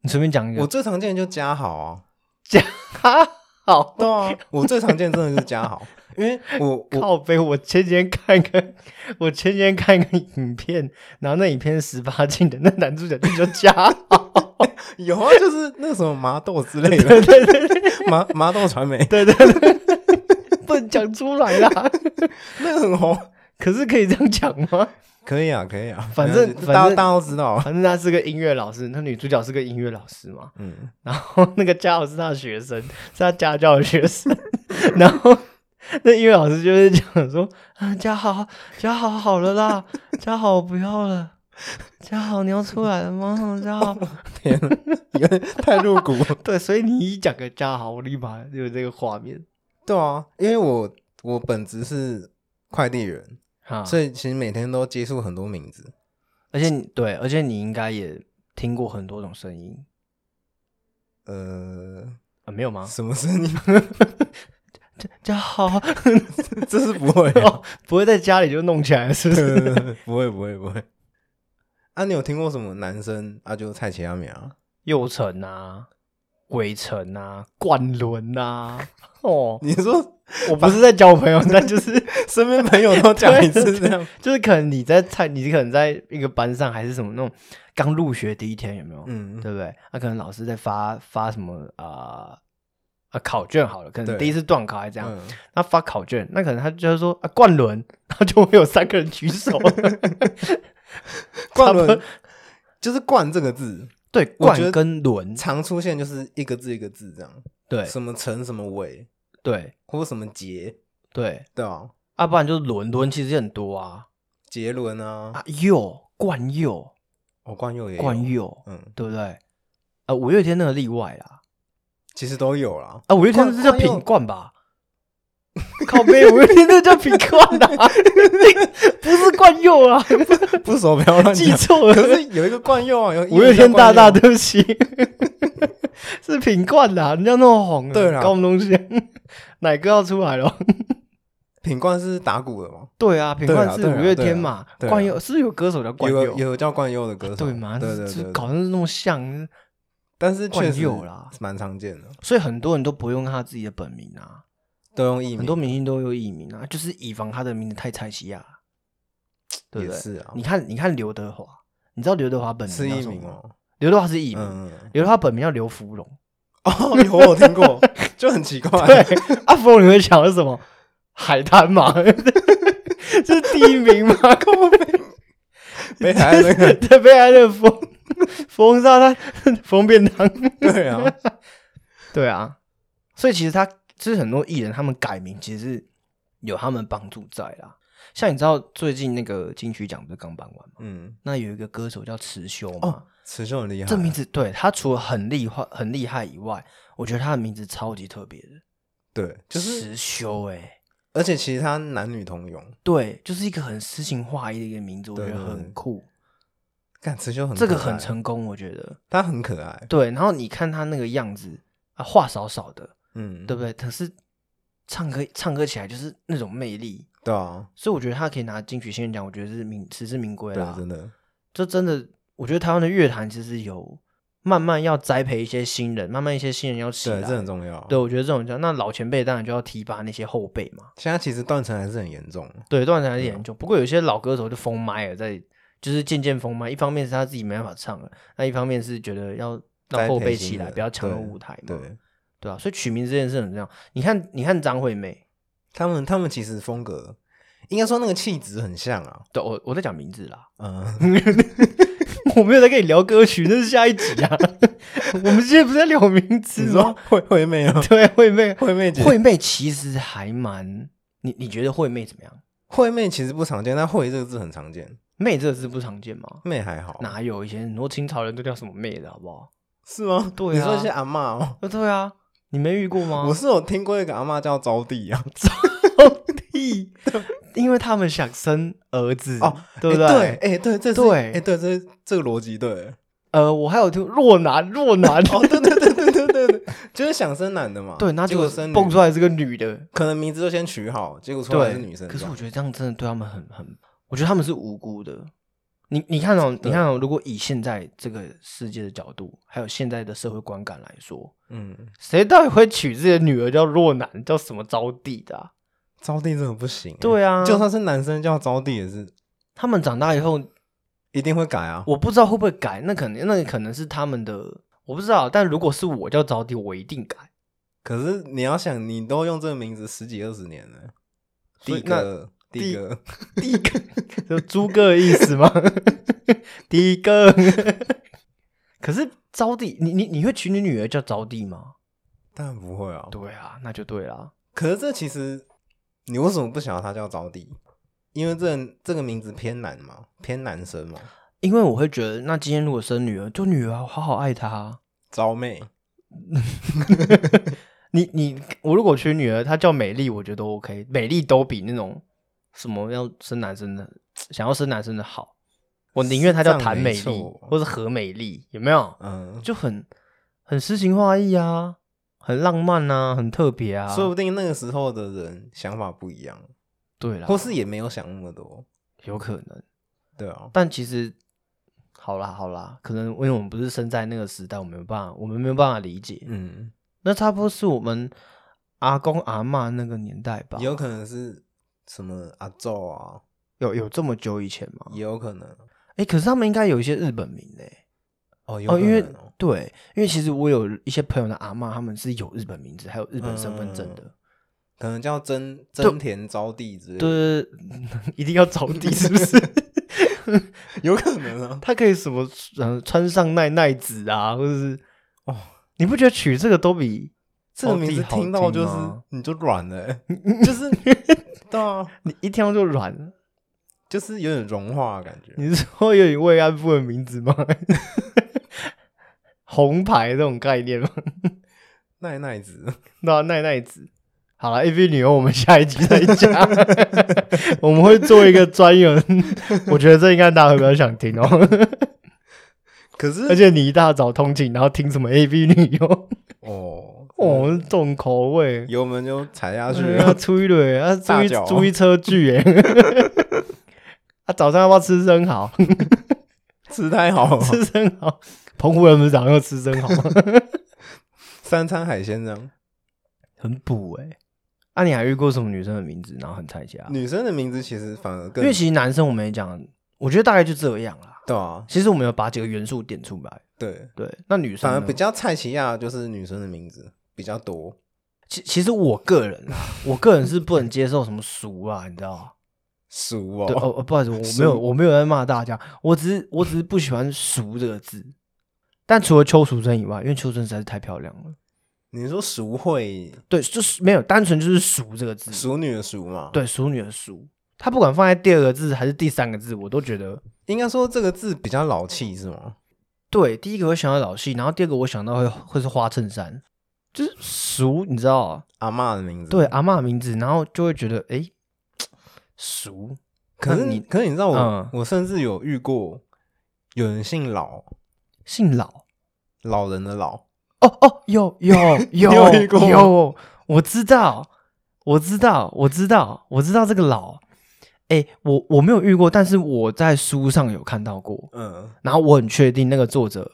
Speaker 1: 你随便讲一个，
Speaker 2: 我 最常见的就嘉豪啊，
Speaker 1: 哈好
Speaker 2: 对啊，我最常见的真的是嘉豪，因为我我
Speaker 1: 靠背，我前几天看一个，我前几天看一个影片，然后那影片十八禁的，那男主角就叫嘉豪，
Speaker 2: 有啊，就是那什么麻豆之类的，麻麻豆传媒
Speaker 1: 对对对， 不能讲出来啊啦。
Speaker 2: 那个很红，
Speaker 1: 可是可以这样讲吗？
Speaker 2: 可以啊，可以啊，
Speaker 1: 反正
Speaker 2: 没关系
Speaker 1: 反
Speaker 2: 大家
Speaker 1: 正
Speaker 2: 大家都知道，
Speaker 1: 反正他是个音乐老师，那女主角是个音乐老师嘛，
Speaker 2: 嗯，
Speaker 1: 然后那个嘉豪是他的学生，是他家教的学生， 然后。那音乐老师就是讲说，啊，嘉豪，嘉豪好了啦，嘉豪我不要了，嘉豪你要出来了吗？嘉豪，
Speaker 2: 天啊，有点太露骨了，
Speaker 1: 对，所以你一讲个嘉豪，我立马就有这个画面
Speaker 2: 对啊，因为我我本职是快递员，
Speaker 1: 啊
Speaker 2: 所以其实每天都接触很多名字，
Speaker 1: 而且你对，而且你应该也听过很多种声音
Speaker 2: 呃，
Speaker 1: 啊，没有吗？
Speaker 2: 什么声音？
Speaker 1: 嘉 豪
Speaker 2: 这是不会啊，
Speaker 1: 哦，不会在家里就弄起来了，是不 是？
Speaker 2: 不会不会不会。啊，你有听过什么男生啊？就蔡奇阿米啊，
Speaker 1: 右城啊，鬼城啊，冠伦啊， 哦，
Speaker 2: 你说
Speaker 1: 我不是在交朋 友，但就是
Speaker 2: 身边朋友都讲一次 这样，
Speaker 1: 就是可能你在菜，你可能在一个班上还是什么那种刚入学第一天，有没有？
Speaker 2: 嗯，
Speaker 1: 对不对？那、可能老师在发发什么啊、啊考卷好了，可能
Speaker 2: 对
Speaker 1: 第一次段考还这样，
Speaker 2: 嗯，
Speaker 1: 那发考卷，那可能他就是说啊冠伦，他就会有三个人举 手。差不
Speaker 2: 冠伦
Speaker 1: 多
Speaker 2: 就是“冠”这个字
Speaker 1: 对，
Speaker 2: 我觉
Speaker 1: 冠
Speaker 2: 得
Speaker 1: 跟伦，
Speaker 2: 常出现，就是一个字一个字这样，
Speaker 1: 对
Speaker 2: 什么陈什么伟
Speaker 1: 对
Speaker 2: 或者什么杰，
Speaker 1: 对，
Speaker 2: 对吧？
Speaker 1: 要、不然就是伦伦，其实很多啊
Speaker 2: 杰伦啊，
Speaker 1: 啊佑冠佑
Speaker 2: 哦，冠佑也有
Speaker 1: 冠，佑，
Speaker 2: 嗯，
Speaker 1: 对不对？啊，五月天那个例外啦，
Speaker 2: 其实都有啦。
Speaker 1: 啊，五月天
Speaker 2: 冠
Speaker 1: 是叫
Speaker 2: 冠佑
Speaker 1: 品冠吧？靠背，五月天那叫品冠 啊， 不是冠佑啊，
Speaker 2: 不熟不要乱
Speaker 1: 记
Speaker 2: 讲。
Speaker 1: 错
Speaker 2: 可
Speaker 1: 了。
Speaker 2: 是有一个冠佑啊，有
Speaker 1: 五月天大大，
Speaker 2: 有一个叫冠佑
Speaker 1: 对不起， 是品冠啊啦，人家那么红了，
Speaker 2: 对啊啦
Speaker 1: 搞什么东西？ 奶哥要出来了？
Speaker 2: 品冠是打鼓的吗？
Speaker 1: 对 啊，品
Speaker 2: 对啦
Speaker 1: 冠是
Speaker 2: 对啦
Speaker 1: 五月天嘛，
Speaker 2: 对啦对啦啊
Speaker 1: 冠佑是有歌手叫冠
Speaker 2: 有
Speaker 1: 佑啊
Speaker 2: 个，有个叫冠佑的歌手，
Speaker 1: 对嘛？
Speaker 2: 对对
Speaker 1: 是
Speaker 2: 对，
Speaker 1: 搞得那么像，
Speaker 2: 但是确
Speaker 1: 惯
Speaker 2: 实
Speaker 1: 用啦
Speaker 2: 蛮常见的，
Speaker 1: 所以很多人都不用他自己的本名啊，
Speaker 2: 都用艺名，
Speaker 1: 很多明星都有艺名啊，就是以防他的名字太菜西亚，对不
Speaker 2: 也
Speaker 1: 对？
Speaker 2: 是啊
Speaker 1: 你，看，你看刘德华，你知道刘德华本名
Speaker 2: 是
Speaker 1: 叫
Speaker 2: 艺
Speaker 1: 什么
Speaker 2: 名
Speaker 1: 吗？
Speaker 2: 哦，
Speaker 1: 刘德华是艺名，
Speaker 2: 嗯，嗯
Speaker 1: 刘德华本名叫刘福龙。
Speaker 2: 哦，有我听 过，就很奇怪，
Speaker 1: 对，阿福你会想到什么？海滩嘛， 这是第 一名嘛，靠背
Speaker 2: 北海岸那个，
Speaker 1: 对被爱的风风沙滩风便当，
Speaker 2: 对啊，
Speaker 1: 对啊，所以其实他就是很多艺人他们改名其实是有他们帮助在啦。像你知道最近那个金曲奖不是刚颁完吗？
Speaker 2: 嗯，
Speaker 1: 那有一个歌手叫池修嘛，
Speaker 2: 哦，池秀很厉害，
Speaker 1: 这名字对他除了很厉害很厉害以外，我觉得他的名字超级特别的，
Speaker 2: 对，就是，
Speaker 1: 池修哎、
Speaker 2: 而且其实他男女通用，
Speaker 1: 对，就是一个很诗情画意的一个名字，我觉
Speaker 2: 对
Speaker 1: 得
Speaker 2: 对
Speaker 1: 很
Speaker 2: 对
Speaker 1: 酷。
Speaker 2: 看池秀很
Speaker 1: 这个
Speaker 2: 可爱
Speaker 1: 很，成功，我觉得。
Speaker 2: 他很可爱，
Speaker 1: 对，然后你看他那个样子啊，话少少的，
Speaker 2: 嗯，
Speaker 1: 对不对？可是唱歌唱歌起来就是那种魅力，
Speaker 2: 对啊，
Speaker 1: 所以我觉得他可以拿金曲新人奖，我觉得是名实至名归
Speaker 2: 对啊
Speaker 1: 啦，。
Speaker 2: 真的，
Speaker 1: 这真的，我觉得台湾的乐坛其实有慢慢要栽培一些新人，慢慢一些新人要起
Speaker 2: 对，
Speaker 1: 来。
Speaker 2: 这很重要，
Speaker 1: 对，，我觉得这种叫那老前辈当然就要提拔那些后辈嘛。
Speaker 2: 现在其实断层还是很严重，
Speaker 1: 对，段子还是
Speaker 2: 啊
Speaker 1: 研究。不过有些老歌手就封麦了，在就是渐渐封麦。一方面是他自己没办法唱了，那一方面是觉得要让
Speaker 2: 栽
Speaker 1: 后
Speaker 2: 培
Speaker 1: 辈
Speaker 2: 新
Speaker 1: 起来，
Speaker 2: 人
Speaker 1: 不要抢了
Speaker 2: 对
Speaker 1: 舞台嘛。
Speaker 2: 对
Speaker 1: 对啊，所以取名这件事很重要。你看，你看张惠妹，
Speaker 2: 他们，他们其实风格，应该说那个气质很像啊，
Speaker 1: 对我我在讲名字啦，
Speaker 2: 嗯，
Speaker 1: 我没有在跟你聊歌曲，那是下一集 啊。我们现在不是在聊名字
Speaker 2: 你
Speaker 1: 吗
Speaker 2: 说？惠惠妹啊，
Speaker 1: 嗯 对，惠妹，
Speaker 2: 惠妹姐，
Speaker 1: 惠妹其实还蛮，你你觉得惠妹怎么样？
Speaker 2: 会妹其实不常见，但会这个字很常见。
Speaker 1: 妹这个字不常见吗？
Speaker 2: 妹还好，
Speaker 1: 哪有？以前很多清朝人都叫什么妹的，好不好？
Speaker 2: 是吗？
Speaker 1: 对啊
Speaker 2: 你说一些阿嬷哦，
Speaker 1: 呃，对啊，你没遇过吗？
Speaker 2: 我是有听过一个阿嬷叫招娣啊，
Speaker 1: 屁，因为他们想生儿子，
Speaker 2: 哦，
Speaker 1: 对不
Speaker 2: 诶
Speaker 1: 对？
Speaker 2: 对，哎，对，这是
Speaker 1: 对
Speaker 2: 哎，对，这这个逻辑对。
Speaker 1: 呃，我还有听若男，若男，
Speaker 2: 哦，对对对对对对对，就是想生男的嘛。
Speaker 1: 对，那
Speaker 2: 结
Speaker 1: 就
Speaker 2: 果生女
Speaker 1: 蹦出来是个女的，
Speaker 2: 可能名字就先取好，结果出来
Speaker 1: 对，
Speaker 2: 是女生。
Speaker 1: 可是我觉得这样真的对他们很很，我觉得他们是无辜的。你你看哦，你看哦，如果以现在这个世界的角度，还有现在的社会观感来说，
Speaker 2: 嗯，
Speaker 1: 谁到底会娶自己的女儿叫若男，叫什么招娣的、啊？
Speaker 2: 招娣真的不行。，欸
Speaker 1: 对啊，
Speaker 2: 就算是男生叫招娣也是
Speaker 1: 他们长大以后，
Speaker 2: 一定会改啊。
Speaker 1: 我不知道会不会改，那可能那可能是他们的，我不知道。但如果是我叫招娣，我一定改。
Speaker 2: 可是你要想，你都用这个名字十几二十年了，
Speaker 1: 所以
Speaker 2: 第哥，
Speaker 1: 那
Speaker 2: 第哥，
Speaker 1: 第一个就猪哥的意思吗？ 第一个， 可是招娣，你你你会娶你女儿叫招娣吗？
Speaker 2: 当然不会啊。
Speaker 1: 对啊，那就对啦。
Speaker 2: 可是这其实你为什么不想要他叫招娣？因为这这个名字偏男嘛，偏男生嘛，
Speaker 1: 因为我会觉得，那今天如果生女儿，就女儿啊好好爱她啊。
Speaker 2: 招妹。
Speaker 1: 你你我如果娶女儿，她叫美丽，我觉得都 OK，美丽都比那种什么要生男生的，想要生男生的好。我宁愿她叫谭美
Speaker 2: 是这样
Speaker 1: 丽
Speaker 2: 没错
Speaker 1: 或是何美丽，有没有？
Speaker 2: 嗯，
Speaker 1: 就很很诗情画意啊，很浪漫啊，很特别啊。
Speaker 2: 说不定那个时候的人想法不一样，
Speaker 1: 对啦，
Speaker 2: 或是也没有想那么多。
Speaker 1: 有可能。
Speaker 2: 对啊，
Speaker 1: 但其实，好啦好啦，可能因为我们不是生在那个时代，我们没有办法，我们没有办法理解。
Speaker 2: 嗯，
Speaker 1: 那差不多是我们阿公阿嬷那个年代吧？
Speaker 2: 也有可能是什么阿宙啊，
Speaker 1: 有有这么久以前吗？
Speaker 2: 也有可能
Speaker 1: 哎、可是他们应该有一些日本名呢、
Speaker 2: 哦，有
Speaker 1: 哦，
Speaker 2: 可
Speaker 1: 因为
Speaker 2: 能哦
Speaker 1: 对，因为其实我有一些朋友的阿嬷，他们是有日本名字，还有日本身份证的。
Speaker 2: 嗯可能叫真真田招娣之类的，
Speaker 1: 对对对， 一定要找地是不是？
Speaker 2: 有可 能啊。
Speaker 1: 他可以什么呃川上奈奈子啊，或者是
Speaker 2: 哦，
Speaker 1: 你不觉得取这个都比
Speaker 2: 这个名字
Speaker 1: 招娣好
Speaker 2: 听到就是
Speaker 1: 吗
Speaker 2: 你就软了 欸，就是对啊，
Speaker 1: 你一听到就软了？
Speaker 2: 就是有点融化的感觉。
Speaker 1: 你是说有点慰安妇的名字吗？ 红牌这种概念吗？
Speaker 2: 奈奈子，
Speaker 1: 那奈奈子，好了，A V 女优，我们下一集再 讲。我们会做一个专有，我觉得这应该大家会比较想听哦。
Speaker 2: 可是
Speaker 1: 而且你一大早通勤，然后听什么 A V 女优，
Speaker 2: 哦哦，
Speaker 1: 哦，重口味。
Speaker 2: 油门就踩下去 啊
Speaker 1: 要
Speaker 2: 了，
Speaker 1: 出一轮，要出
Speaker 2: 大
Speaker 1: 一
Speaker 2: 脚
Speaker 1: 出一车剧哎。 啊，早上要不要吃生蚝？
Speaker 2: 吃太好 了，
Speaker 1: 吃生蚝，澎湖人不是早上要吃生蚝吗？
Speaker 2: 三餐海鲜这样。
Speaker 1: 很补哎、啊，你还遇过什么女生的名字，然后很菜价？
Speaker 2: 女生的名字其实反而
Speaker 1: 啊因
Speaker 2: 更
Speaker 1: 为其实男生我们也讲，我觉得大概就这样啦。
Speaker 2: 对啊，
Speaker 1: 其实我们有把几个元素点出来，
Speaker 2: 对，
Speaker 1: 对，那女生
Speaker 2: 反而
Speaker 1: 呢
Speaker 2: 比较菜奇亚的就是女生的名字比较多。
Speaker 1: 其其实我个人啊，我个人是不能接受什么俗啊，你知道吗？
Speaker 2: 熟
Speaker 1: 对
Speaker 2: 哦，
Speaker 1: 哦，哦不好意思，我没有，
Speaker 2: 俗
Speaker 1: 我没有在骂大家，我只是我只是不喜欢“俗”这个字。但除了邱淑贞以外，因为邱淑贞实在是太漂亮了，
Speaker 2: 你说熟会
Speaker 1: 对，就是没有单纯就是“俗”这个字，
Speaker 2: 熟女的熟嘛？，
Speaker 1: 嗯对，淑女的“淑”，她不管放在第二个字还是第三个字，我都觉得
Speaker 2: 应该说这个字比较老气是吗？
Speaker 1: 对。第一个我想到老戏，然后第二个我想到会会是花衬衫，就是“俗”，你知道啊？
Speaker 2: 阿嬷的名字
Speaker 1: 对，，啊阿嬷的名字，然后就会觉得哎，俗，
Speaker 2: 可
Speaker 1: 那
Speaker 2: 是
Speaker 1: 你
Speaker 2: 你可是你知道我、
Speaker 1: 嗯
Speaker 2: 我甚至有遇过有人姓老，
Speaker 1: 姓老，
Speaker 2: 老人的老，
Speaker 1: 哦哦，有有 有
Speaker 2: 有遇过
Speaker 1: 有，我知道，我知道，我知道，我知道这个老，哎，我我没有遇过，但是我在书上有看到过，
Speaker 2: 嗯，
Speaker 1: 然后我很确定那个作者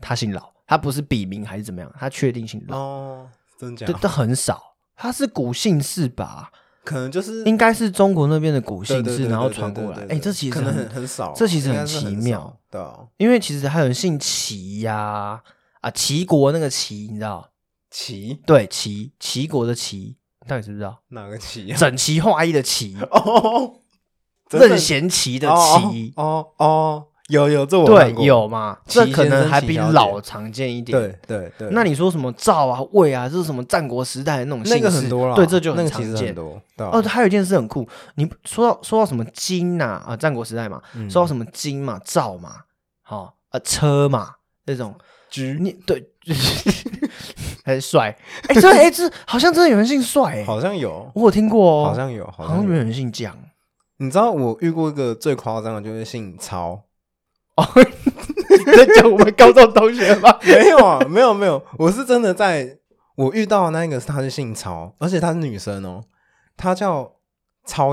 Speaker 1: 他姓老，他不是笔名还是怎么样，他确定姓老，
Speaker 2: 哦，真假
Speaker 1: 这、？这很少，他是古姓氏吧？
Speaker 2: 可能就是
Speaker 1: 应该是中国那边的古
Speaker 2: 对
Speaker 1: 姓
Speaker 2: 对
Speaker 1: 氏，
Speaker 2: 对
Speaker 1: 然后
Speaker 2: 对
Speaker 1: 传
Speaker 2: 对
Speaker 1: 过来
Speaker 2: 对。对
Speaker 1: 哎，这其实
Speaker 2: 可能
Speaker 1: 很
Speaker 2: 很很少，
Speaker 1: 这其实
Speaker 2: 应
Speaker 1: 很
Speaker 2: 该是
Speaker 1: 奇
Speaker 2: 很少
Speaker 1: 妙，
Speaker 2: 对啊，
Speaker 1: 因为其实还有人姓齐呀、啊，齐国那个齐，你知道？
Speaker 2: 奇
Speaker 1: 对，齐齐国的齐，到底知不知道？
Speaker 2: 哪个 奇啊？
Speaker 1: 整齐划一的齐，
Speaker 2: 哦，真的
Speaker 1: 任贤齐的
Speaker 2: 哦
Speaker 1: 齐，
Speaker 2: 哦哦，哦有有，这我看
Speaker 1: 对，
Speaker 2: 过
Speaker 1: 有嘛？
Speaker 2: 齐
Speaker 1: 这可
Speaker 2: 先
Speaker 1: 能
Speaker 2: 生
Speaker 1: 还
Speaker 2: 齐
Speaker 1: 比
Speaker 2: 小姐
Speaker 1: 老常见一点。
Speaker 2: 对对对，
Speaker 1: 那你说什么赵啊、魏啊，这是什么战国时代的那种姓
Speaker 2: 那
Speaker 1: 氏？
Speaker 2: 个很多了，
Speaker 1: 对，这就
Speaker 2: 那
Speaker 1: 很
Speaker 2: 个
Speaker 1: 常
Speaker 2: 其实
Speaker 1: 见
Speaker 2: 很。多，对啊
Speaker 1: 哦，还有一件事很酷，你不说到说到什么金呐啊，战国时代嘛，
Speaker 2: 嗯
Speaker 1: 说到什么金嘛、赵嘛，好、哦、啊车嘛这种，
Speaker 2: 橘
Speaker 1: 你对， 很帅。哎、这哎、这好像真的有人姓帅哎、
Speaker 2: 好像有，
Speaker 1: 我有听过哦，
Speaker 2: 好像有，好
Speaker 1: 好像
Speaker 2: 像
Speaker 1: 有
Speaker 2: 有。
Speaker 1: 人姓蒋。
Speaker 2: 你知道我遇过一个最夸张的，就是姓曹，
Speaker 1: 你 在讲我们高中同学吗？
Speaker 2: 没有啊，没有没有，我是真的在我遇到的那个，她是姓曹，而且她是女生哦，她叫曹，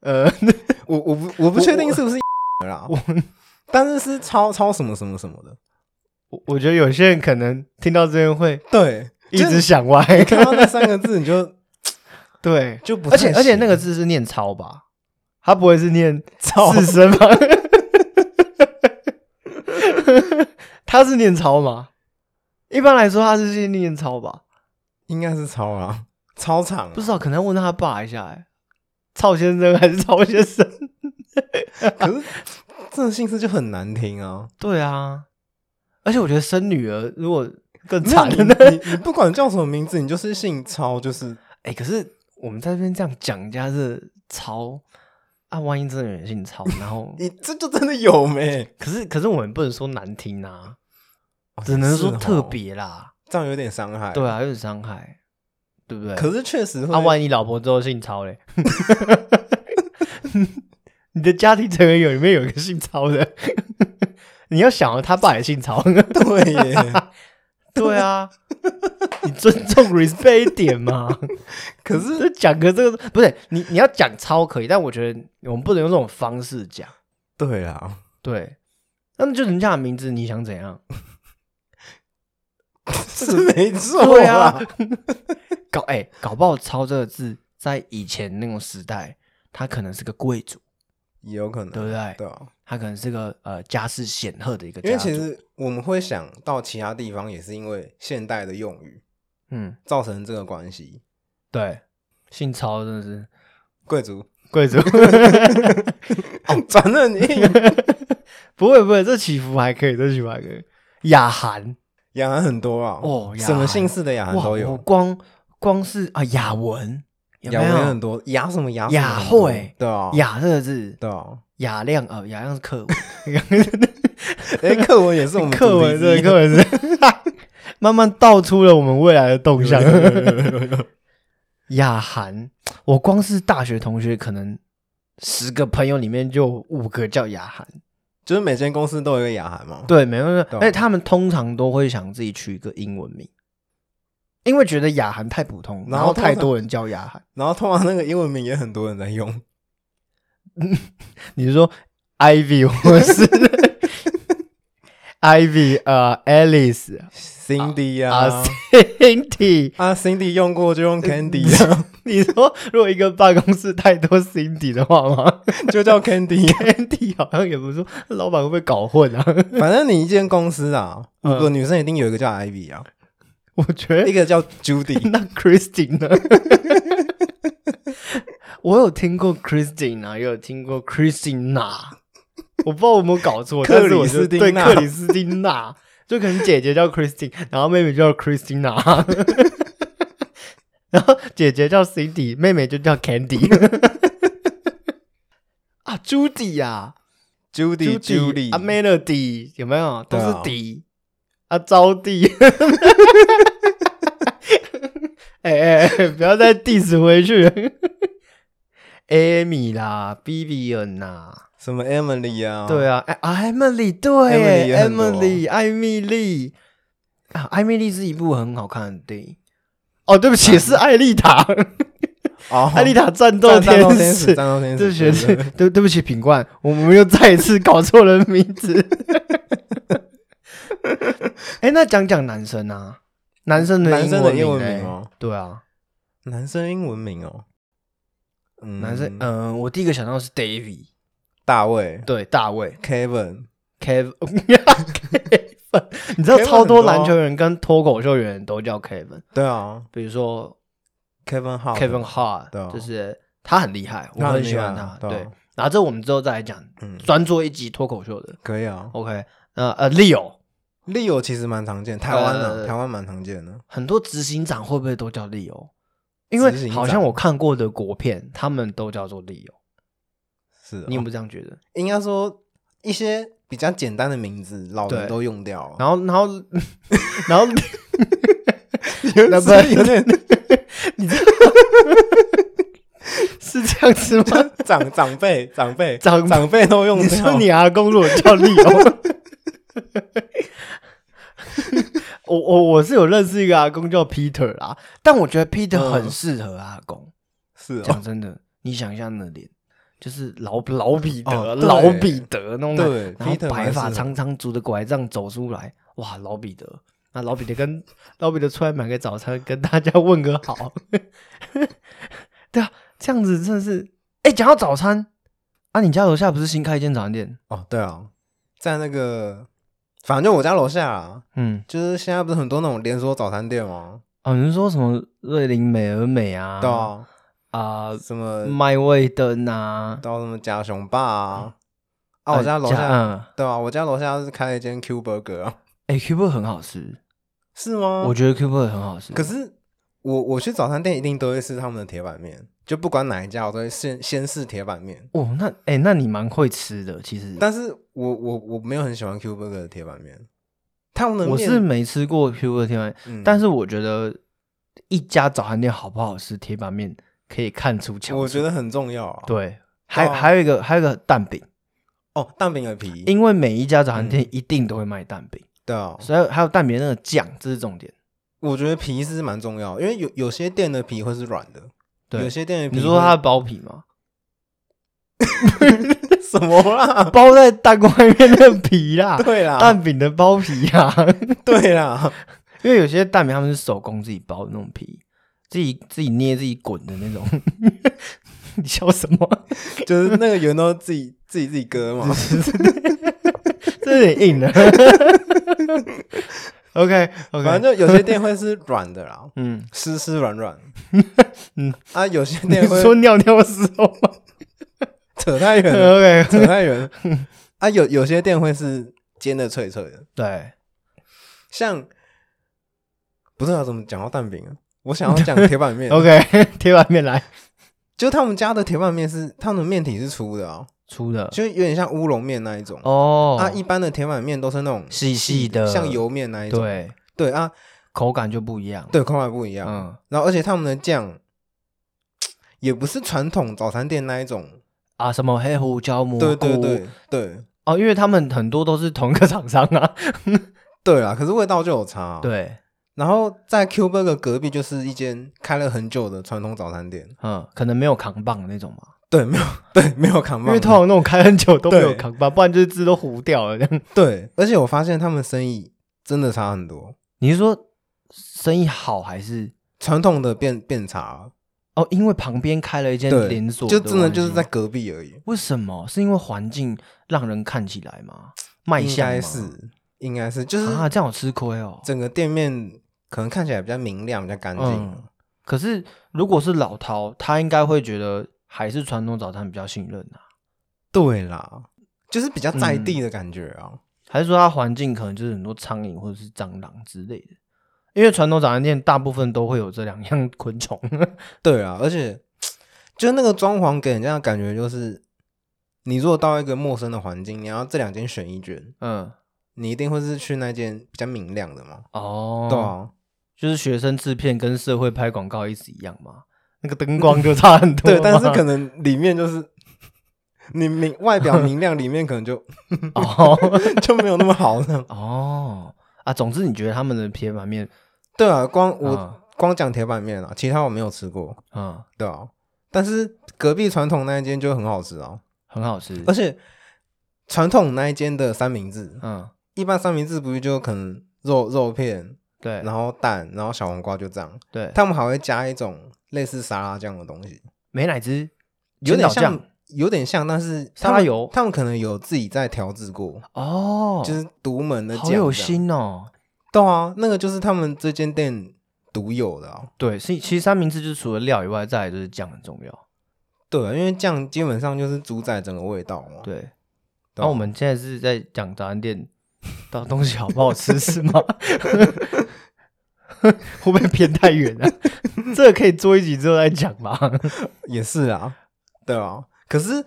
Speaker 1: 呃，
Speaker 2: 我我不我不确定是不是啦
Speaker 1: 我，
Speaker 2: 但是是超超什么什么什么的，
Speaker 1: 我我觉得有些人可能听到这边会
Speaker 2: 对，
Speaker 1: 一
Speaker 2: 就是
Speaker 1: 直想歪。
Speaker 2: 看到那三个字你就
Speaker 1: 对，
Speaker 2: 就不
Speaker 1: 而
Speaker 2: 太
Speaker 1: 且
Speaker 2: 行，
Speaker 1: 而且那个字是念超吧，他不会是念
Speaker 2: 曹
Speaker 1: 四声吗？ 他是念超吗？一般来说他是去念超吧，
Speaker 2: 应该是曹啦，超长啊
Speaker 1: 不，知道可能要问他爸一下、欸，曹先生还是曹先生？
Speaker 2: 可是这种姓氏就很难听 啊，
Speaker 1: 对啊，而且我觉得生女儿如果更
Speaker 2: 没有
Speaker 1: 惨
Speaker 2: 你
Speaker 1: 了呢。
Speaker 2: 你你不管叫什么名字，你就是姓超，就是
Speaker 1: 哎、可是我们在这边这样讲人家是超啊，万一真的有人姓超，然 后
Speaker 2: 你这就真的有没？
Speaker 1: 可是可是我们不能说难听啊，
Speaker 2: 哦
Speaker 1: 只能说
Speaker 2: 是哦
Speaker 1: 特别啦。
Speaker 2: 这样有点伤害。
Speaker 1: 对啊，有点伤害，对不对？
Speaker 2: 可是确实会，
Speaker 1: 啊，万一老婆之后姓曹嘞， 你的家庭成员有里面有一个姓曹的， 你要想啊，他爸也姓曹，
Speaker 2: 对 耶。
Speaker 1: 对啊， 你尊重 respect 一点嘛。
Speaker 2: 可是
Speaker 1: 这讲个这个不是你，你要讲超可以，但我觉得我们不能用这种方式讲，
Speaker 2: 对啊，
Speaker 1: 对。那就人家的名字，你想怎样？
Speaker 2: 是没错
Speaker 1: 对啊
Speaker 2: 啊。，
Speaker 1: 搞哎、搞不好“超”这个字在以前那种时代，他可能是个贵族，
Speaker 2: 也有可能，
Speaker 1: 对不对？
Speaker 2: 对啊。
Speaker 1: 他可能是个呃家世显赫的一个
Speaker 2: 因为
Speaker 1: 家族。
Speaker 2: 其实我们会想到其他地方，也是因为现代的用语
Speaker 1: 嗯，
Speaker 2: 造成这个关系。
Speaker 1: 对，姓曹真的是
Speaker 2: 贵 族，
Speaker 1: 贵族，
Speaker 2: 哦，转了你
Speaker 1: 不会不会，这起伏还可以，这起伏还可以。雅涵
Speaker 2: 雅涵很多啊，
Speaker 1: 哦雅
Speaker 2: 什么
Speaker 1: 涵
Speaker 2: 姓氏的雅涵
Speaker 1: 哇，
Speaker 2: 啊都
Speaker 1: 我
Speaker 2: 有，
Speaker 1: 光光是啊雅文有
Speaker 2: 雅
Speaker 1: 没
Speaker 2: 文很
Speaker 1: 有？
Speaker 2: 多，雅什么雅什么
Speaker 1: 雅
Speaker 2: 很多
Speaker 1: 慧
Speaker 2: 对啊，
Speaker 1: 雅这个字，
Speaker 2: 对啊，
Speaker 1: 雅量呃雅量是课
Speaker 2: 哎，课文也是我
Speaker 1: 文，
Speaker 2: 们
Speaker 1: 课
Speaker 2: 主题
Speaker 1: 文
Speaker 2: 之
Speaker 1: 对
Speaker 2: 一
Speaker 1: 课文是， 慢慢道出了我们未来的动向。雅涵，我光是大学同学，可能十个朋友里面就有五个叫雅涵。
Speaker 2: 就是每间公司都有一个雅涵嘛。
Speaker 1: 对，没有没有，
Speaker 2: 对啊
Speaker 1: 而且他们通常都会想自己取一个英文名，因为觉得雅涵太普通，
Speaker 2: 然
Speaker 1: 然
Speaker 2: 后
Speaker 1: 后
Speaker 2: 通常
Speaker 1: 太多人叫雅涵。
Speaker 2: 然后通常那个英文名也很多人在
Speaker 1: 啊
Speaker 2: 用，
Speaker 1: 你是说 Ivy 或是 Ivy 呃 Alice
Speaker 2: Cindy
Speaker 1: 啊
Speaker 2: 呀、
Speaker 1: Cindy？呃
Speaker 2: 啊，Cindy 用过就用 Candy 啊，
Speaker 1: 你说如果一个办公室太多 Cindy 的话吗
Speaker 2: 就叫 Candy 啊。
Speaker 1: ？Andy 好像也不是说老板会不会搞混啊？
Speaker 2: 反正你一间公司啊，五
Speaker 1: 嗯
Speaker 2: 个女生一定有一个叫 Ivy 啊，
Speaker 1: 我觉得
Speaker 2: 一个叫 Judy，
Speaker 1: 那 Christine 呢？ 我有听过 Christine 啊，也有听过 Christina，我不知道我有没有搞错，
Speaker 2: 克
Speaker 1: 但是我
Speaker 2: 里
Speaker 1: 就
Speaker 2: 斯汀
Speaker 1: 对
Speaker 2: 娜
Speaker 1: 克里斯汀娜，就可能姐姐叫 Christine，然后妹妹就叫 Christina，然后姐姐叫 Cindy，妹妹就叫 Candy。啊，Judy 呀、
Speaker 2: Judy Judy
Speaker 1: 啊，Melody 有没有？都
Speaker 2: 对
Speaker 1: 是
Speaker 2: 啊
Speaker 1: 迪啊，招娣。 哎哎哎，不要再 diss 回去。Amy 啦，Vivian 啦，
Speaker 2: 什么 Emily 啊，
Speaker 1: 对
Speaker 2: 啊，
Speaker 1: 啊，哎啊，Emily 对
Speaker 2: Emily 也很多
Speaker 1: ，Emily 艾米丽啊，艾米丽是一部很好看的电影。哦，对不
Speaker 2: 嗯
Speaker 1: 起，是艾丽塔，
Speaker 2: 哦，
Speaker 1: 艾丽塔战啊斗
Speaker 2: 战战斗
Speaker 1: 天
Speaker 2: 使，
Speaker 1: 使，
Speaker 2: 战斗天
Speaker 1: 这学
Speaker 2: 使，对
Speaker 1: 是
Speaker 2: 对对
Speaker 1: 对对不起品冠，我们又再一次搞错了名字。 哎，那讲讲男生啊，男生的
Speaker 2: 男生的英
Speaker 1: 文
Speaker 2: 文
Speaker 1: 名嘞
Speaker 2: 名哦，
Speaker 1: 对啊，
Speaker 2: 男生英文名哦，嗯，
Speaker 1: 男生，嗯，我第一个想到是 David，
Speaker 2: 大卫
Speaker 1: 对，大卫
Speaker 2: Kevin，
Speaker 1: Kevin，你知道
Speaker 2: Kevin
Speaker 1: 超多
Speaker 2: 很多啊
Speaker 1: 篮球员跟脱口秀演员都叫 Kevin，
Speaker 2: 对啊
Speaker 1: 比如说
Speaker 2: ，Kevin Hart，
Speaker 1: Kevin
Speaker 2: 对啊
Speaker 1: Hart，就是他很厉害，我
Speaker 2: 他很
Speaker 1: 很喜
Speaker 2: 厉害
Speaker 1: 欢
Speaker 2: 啊
Speaker 1: 他，
Speaker 2: 对啊
Speaker 1: 对，然后这我们之后再来讲，
Speaker 2: 嗯，
Speaker 1: 专做一集脱口秀的。
Speaker 2: 可以啊。
Speaker 1: OK，那呃，Leo，
Speaker 2: Leo 其实蛮常见，台湾的、
Speaker 1: 呃
Speaker 2: 台湾蛮常见的。
Speaker 1: 很多执行长会不会都叫 Leo？因
Speaker 2: 执
Speaker 1: 为
Speaker 2: 行
Speaker 1: 好像
Speaker 2: 长
Speaker 1: 我看过的国片，他们都叫做 Leo，
Speaker 2: 是、哦，
Speaker 1: 你有没有这样觉得？
Speaker 2: 应该说一些比较简单的名字，老
Speaker 1: 对
Speaker 2: 人都用掉啊了。
Speaker 1: 然后，然后， 然后，
Speaker 2: 有
Speaker 1: 那
Speaker 2: 点
Speaker 1: 不然
Speaker 2: 有点
Speaker 1: 你知道是这样子吗？
Speaker 2: 长长辈长辈
Speaker 1: 长
Speaker 2: 长辈都用
Speaker 1: 你
Speaker 2: 掉啊
Speaker 1: 说。你阿公如果叫利哦， 我我我是有认识一个阿公叫 Peter 啦，但我觉得 Peter
Speaker 2: 嗯
Speaker 1: 很适合阿公。
Speaker 2: 是哦
Speaker 1: 讲，真的，你想一下那脸，就是老老彼得、
Speaker 2: 哦对
Speaker 1: 老彼得那种感觉，
Speaker 2: 对
Speaker 1: 然后
Speaker 2: ，Peter
Speaker 1: 白发
Speaker 2: 蛮适合
Speaker 1: 苍苍、拄着拐杖走出来，哇，老彼得。那老彼得跟老彼得出来买个早餐，跟大家问个好。 对啊，这样子真的是，哎、讲到早餐，啊，你家楼下不是新开一间早餐店？
Speaker 2: 哦，对啊，在那个，反正就我家楼下啊，
Speaker 1: 嗯，
Speaker 2: 就是现在不是很多那种连锁早餐店吗？
Speaker 1: 哦，你是说什么瑞林美而美啊？
Speaker 2: 对啊，
Speaker 1: 啊，
Speaker 2: 什么
Speaker 1: 麦味登啊，
Speaker 2: 到什么假熊爸啊，啊，我家楼
Speaker 1: 哎
Speaker 2: 下，
Speaker 1: 嗯，
Speaker 2: 对啊，我家楼下是开了一间 Q Burger 啊，
Speaker 1: 哎，Q b 很好吃，
Speaker 2: 是吗？
Speaker 1: 我觉得 Q b 很好吃。
Speaker 2: 嗯可是我我去早餐店一定都会吃他们的铁板面，就不管哪一家，我都会先先试铁板面。
Speaker 1: 哦，那哎，那你蛮会吃的，其实。
Speaker 2: 但是我我我没有很喜欢 Q Burger 的铁板面，他们的
Speaker 1: 我
Speaker 2: 面
Speaker 1: 是没吃过 Q b 的铁板，
Speaker 2: 嗯
Speaker 1: 但是我觉得一家早餐店好不好吃，铁板面可以看出强。
Speaker 2: 我觉得很重要啊。
Speaker 1: 对，还
Speaker 2: 哦
Speaker 1: 还有一个还有一个蛋饼，
Speaker 2: 哦，蛋饼的皮，
Speaker 1: 因为每一家早餐店
Speaker 2: 嗯
Speaker 1: 一定都会卖蛋饼，
Speaker 2: 对啊，
Speaker 1: 所以还有蛋饼的那个酱，这是重点。
Speaker 2: 我觉得皮是蛮重要的，因为有有些店的皮会是软的，有
Speaker 1: 对，
Speaker 2: 些店的皮
Speaker 1: 你说它
Speaker 2: 会
Speaker 1: 的包皮吗？
Speaker 2: 什么 啦？
Speaker 1: 包在蛋糕外面的皮啦，
Speaker 2: 对啊啦，
Speaker 1: 啊蛋饼的包皮啦。
Speaker 2: 对啦，
Speaker 1: 因为有些蛋饼他们是手工自己包的那种皮，自己自己捏自己滚的那种。 你笑什么？
Speaker 2: 就是那个圆都自己 自己自己割嘛。
Speaker 1: 这有点硬了。OK OK，
Speaker 2: 反正就有些店会是软的啦，
Speaker 1: 嗯，
Speaker 2: 湿湿软软。
Speaker 1: 嗯
Speaker 2: 啊，有些
Speaker 1: 你呃
Speaker 2: 店会
Speaker 1: 说尿尿的时候吗
Speaker 2: 扯太远了，
Speaker 1: ？OK，
Speaker 2: 扯太远了。啊，有有些店会是煎的脆脆的，
Speaker 1: 对，
Speaker 2: 像不知道怎么讲到蛋饼啊。我想要讲铁板面
Speaker 1: OK，贴外面来
Speaker 2: 就他们家的铁板面是他们的面体是粗的啊，
Speaker 1: 粗的
Speaker 2: 就有点像乌龙面那一种。
Speaker 1: 哦，
Speaker 2: 啊，一般的铁板面都是那种
Speaker 1: 细细的
Speaker 2: 像油面那一种。
Speaker 1: 对，
Speaker 2: 对啊，
Speaker 1: 口感就不一样。，
Speaker 2: 对，啊口感不一样。
Speaker 1: 嗯
Speaker 2: 然后而且他们的酱也不是传统早餐店那一种，
Speaker 1: 啊，什么黑胡椒蘑菇，
Speaker 2: 对对对对
Speaker 1: 哦，因为他们很多都是同一个厂商 啊。
Speaker 2: 对啦。可是味道就有差、啊。，
Speaker 1: 对，
Speaker 2: 然后在 Q Burger 隔壁就是一间开了很久的传统早餐店，
Speaker 1: 嗯，可能没有扛棒的那种吧，
Speaker 2: 对，没有对没有扛
Speaker 1: 因
Speaker 2: 棒的，
Speaker 1: 为通常那种开很久都没
Speaker 2: 对
Speaker 1: 有扛棒，不然就是字都糊掉了。这样，
Speaker 2: 对，而且我发现他们生意真的差很多，
Speaker 1: 你是说生意好还是
Speaker 2: 传统的变变差了，
Speaker 1: 哦？因为旁边开了一间
Speaker 2: 对
Speaker 1: 连锁，
Speaker 2: 就真的就是在。隔壁而已，
Speaker 1: 为什么？是因为环境让人看起来吗？卖
Speaker 2: 应
Speaker 1: 相
Speaker 2: 该
Speaker 1: 吗
Speaker 2: 是应该是就是
Speaker 1: 啊，这样我吃亏哦。
Speaker 2: 整个店面可能看起来比较明亮，比较干净。
Speaker 1: 嗯可是如果是老饕，他应该会觉得还是传统早餐比较信任啊，
Speaker 2: 对啦，就是比较在
Speaker 1: 嗯
Speaker 2: 地的感觉啊。
Speaker 1: 还是说他环境可能就是很多苍蝇或者是蟑螂之类的？因为传统早餐店大部分都会有这两样昆虫。
Speaker 2: 对啊，而且就是那个装潢给人家的感觉就是，你如果到一个陌生的环境，你要这两间选一间，
Speaker 1: 嗯，
Speaker 2: 你一定会是去那间比较明亮的嘛。
Speaker 1: 哦，
Speaker 2: 对啊，
Speaker 1: 就是学生制片跟社会拍广告意思一样嘛，那个灯光就差很多嘛。
Speaker 2: 对，但是可能里面就是你明外表明亮，里面可能就
Speaker 1: 哦
Speaker 2: 就没有那么好呢。
Speaker 1: 哦啊，总之你觉得他们的铁板面，
Speaker 2: 对啊，光我、
Speaker 1: 嗯
Speaker 2: 光讲铁板面啊，其他我没有吃过。
Speaker 1: 嗯，
Speaker 2: 对啊，但是隔壁传统那一间就很好吃啊，
Speaker 1: 很好吃，
Speaker 2: 而且传统那一间的三明治，
Speaker 1: 嗯，
Speaker 2: 一般三明治不是就可能肉肉片，
Speaker 1: 对，
Speaker 2: 然后蛋，然后小黄瓜就这样。
Speaker 1: 对，
Speaker 2: 他们还会加一种类似沙拉酱的东西，
Speaker 1: 美乃滋，
Speaker 2: 有
Speaker 1: 千岛
Speaker 2: 点
Speaker 1: 酱
Speaker 2: 像，有点像，但是
Speaker 1: 沙拉
Speaker 2: 他们
Speaker 1: 油
Speaker 2: 他们可能有自己在调制过，
Speaker 1: 哦，
Speaker 2: 就是独门的酱。
Speaker 1: 好有，心哦。
Speaker 2: 对啊，那个就是他们这间店独有的、啊。
Speaker 1: 对，是其实三明治就是除了料以外，再来就是酱很重要。
Speaker 2: 对啊，因为这样基本上就是主宰整个味道嘛。
Speaker 1: 对，
Speaker 2: 对啊
Speaker 1: 然后我们现在是在讲早餐店到东西好不好吃是吗？ 会不会偏太远了、 这个可以做一集之后再讲吧。
Speaker 2: 也是啊，对啊。可是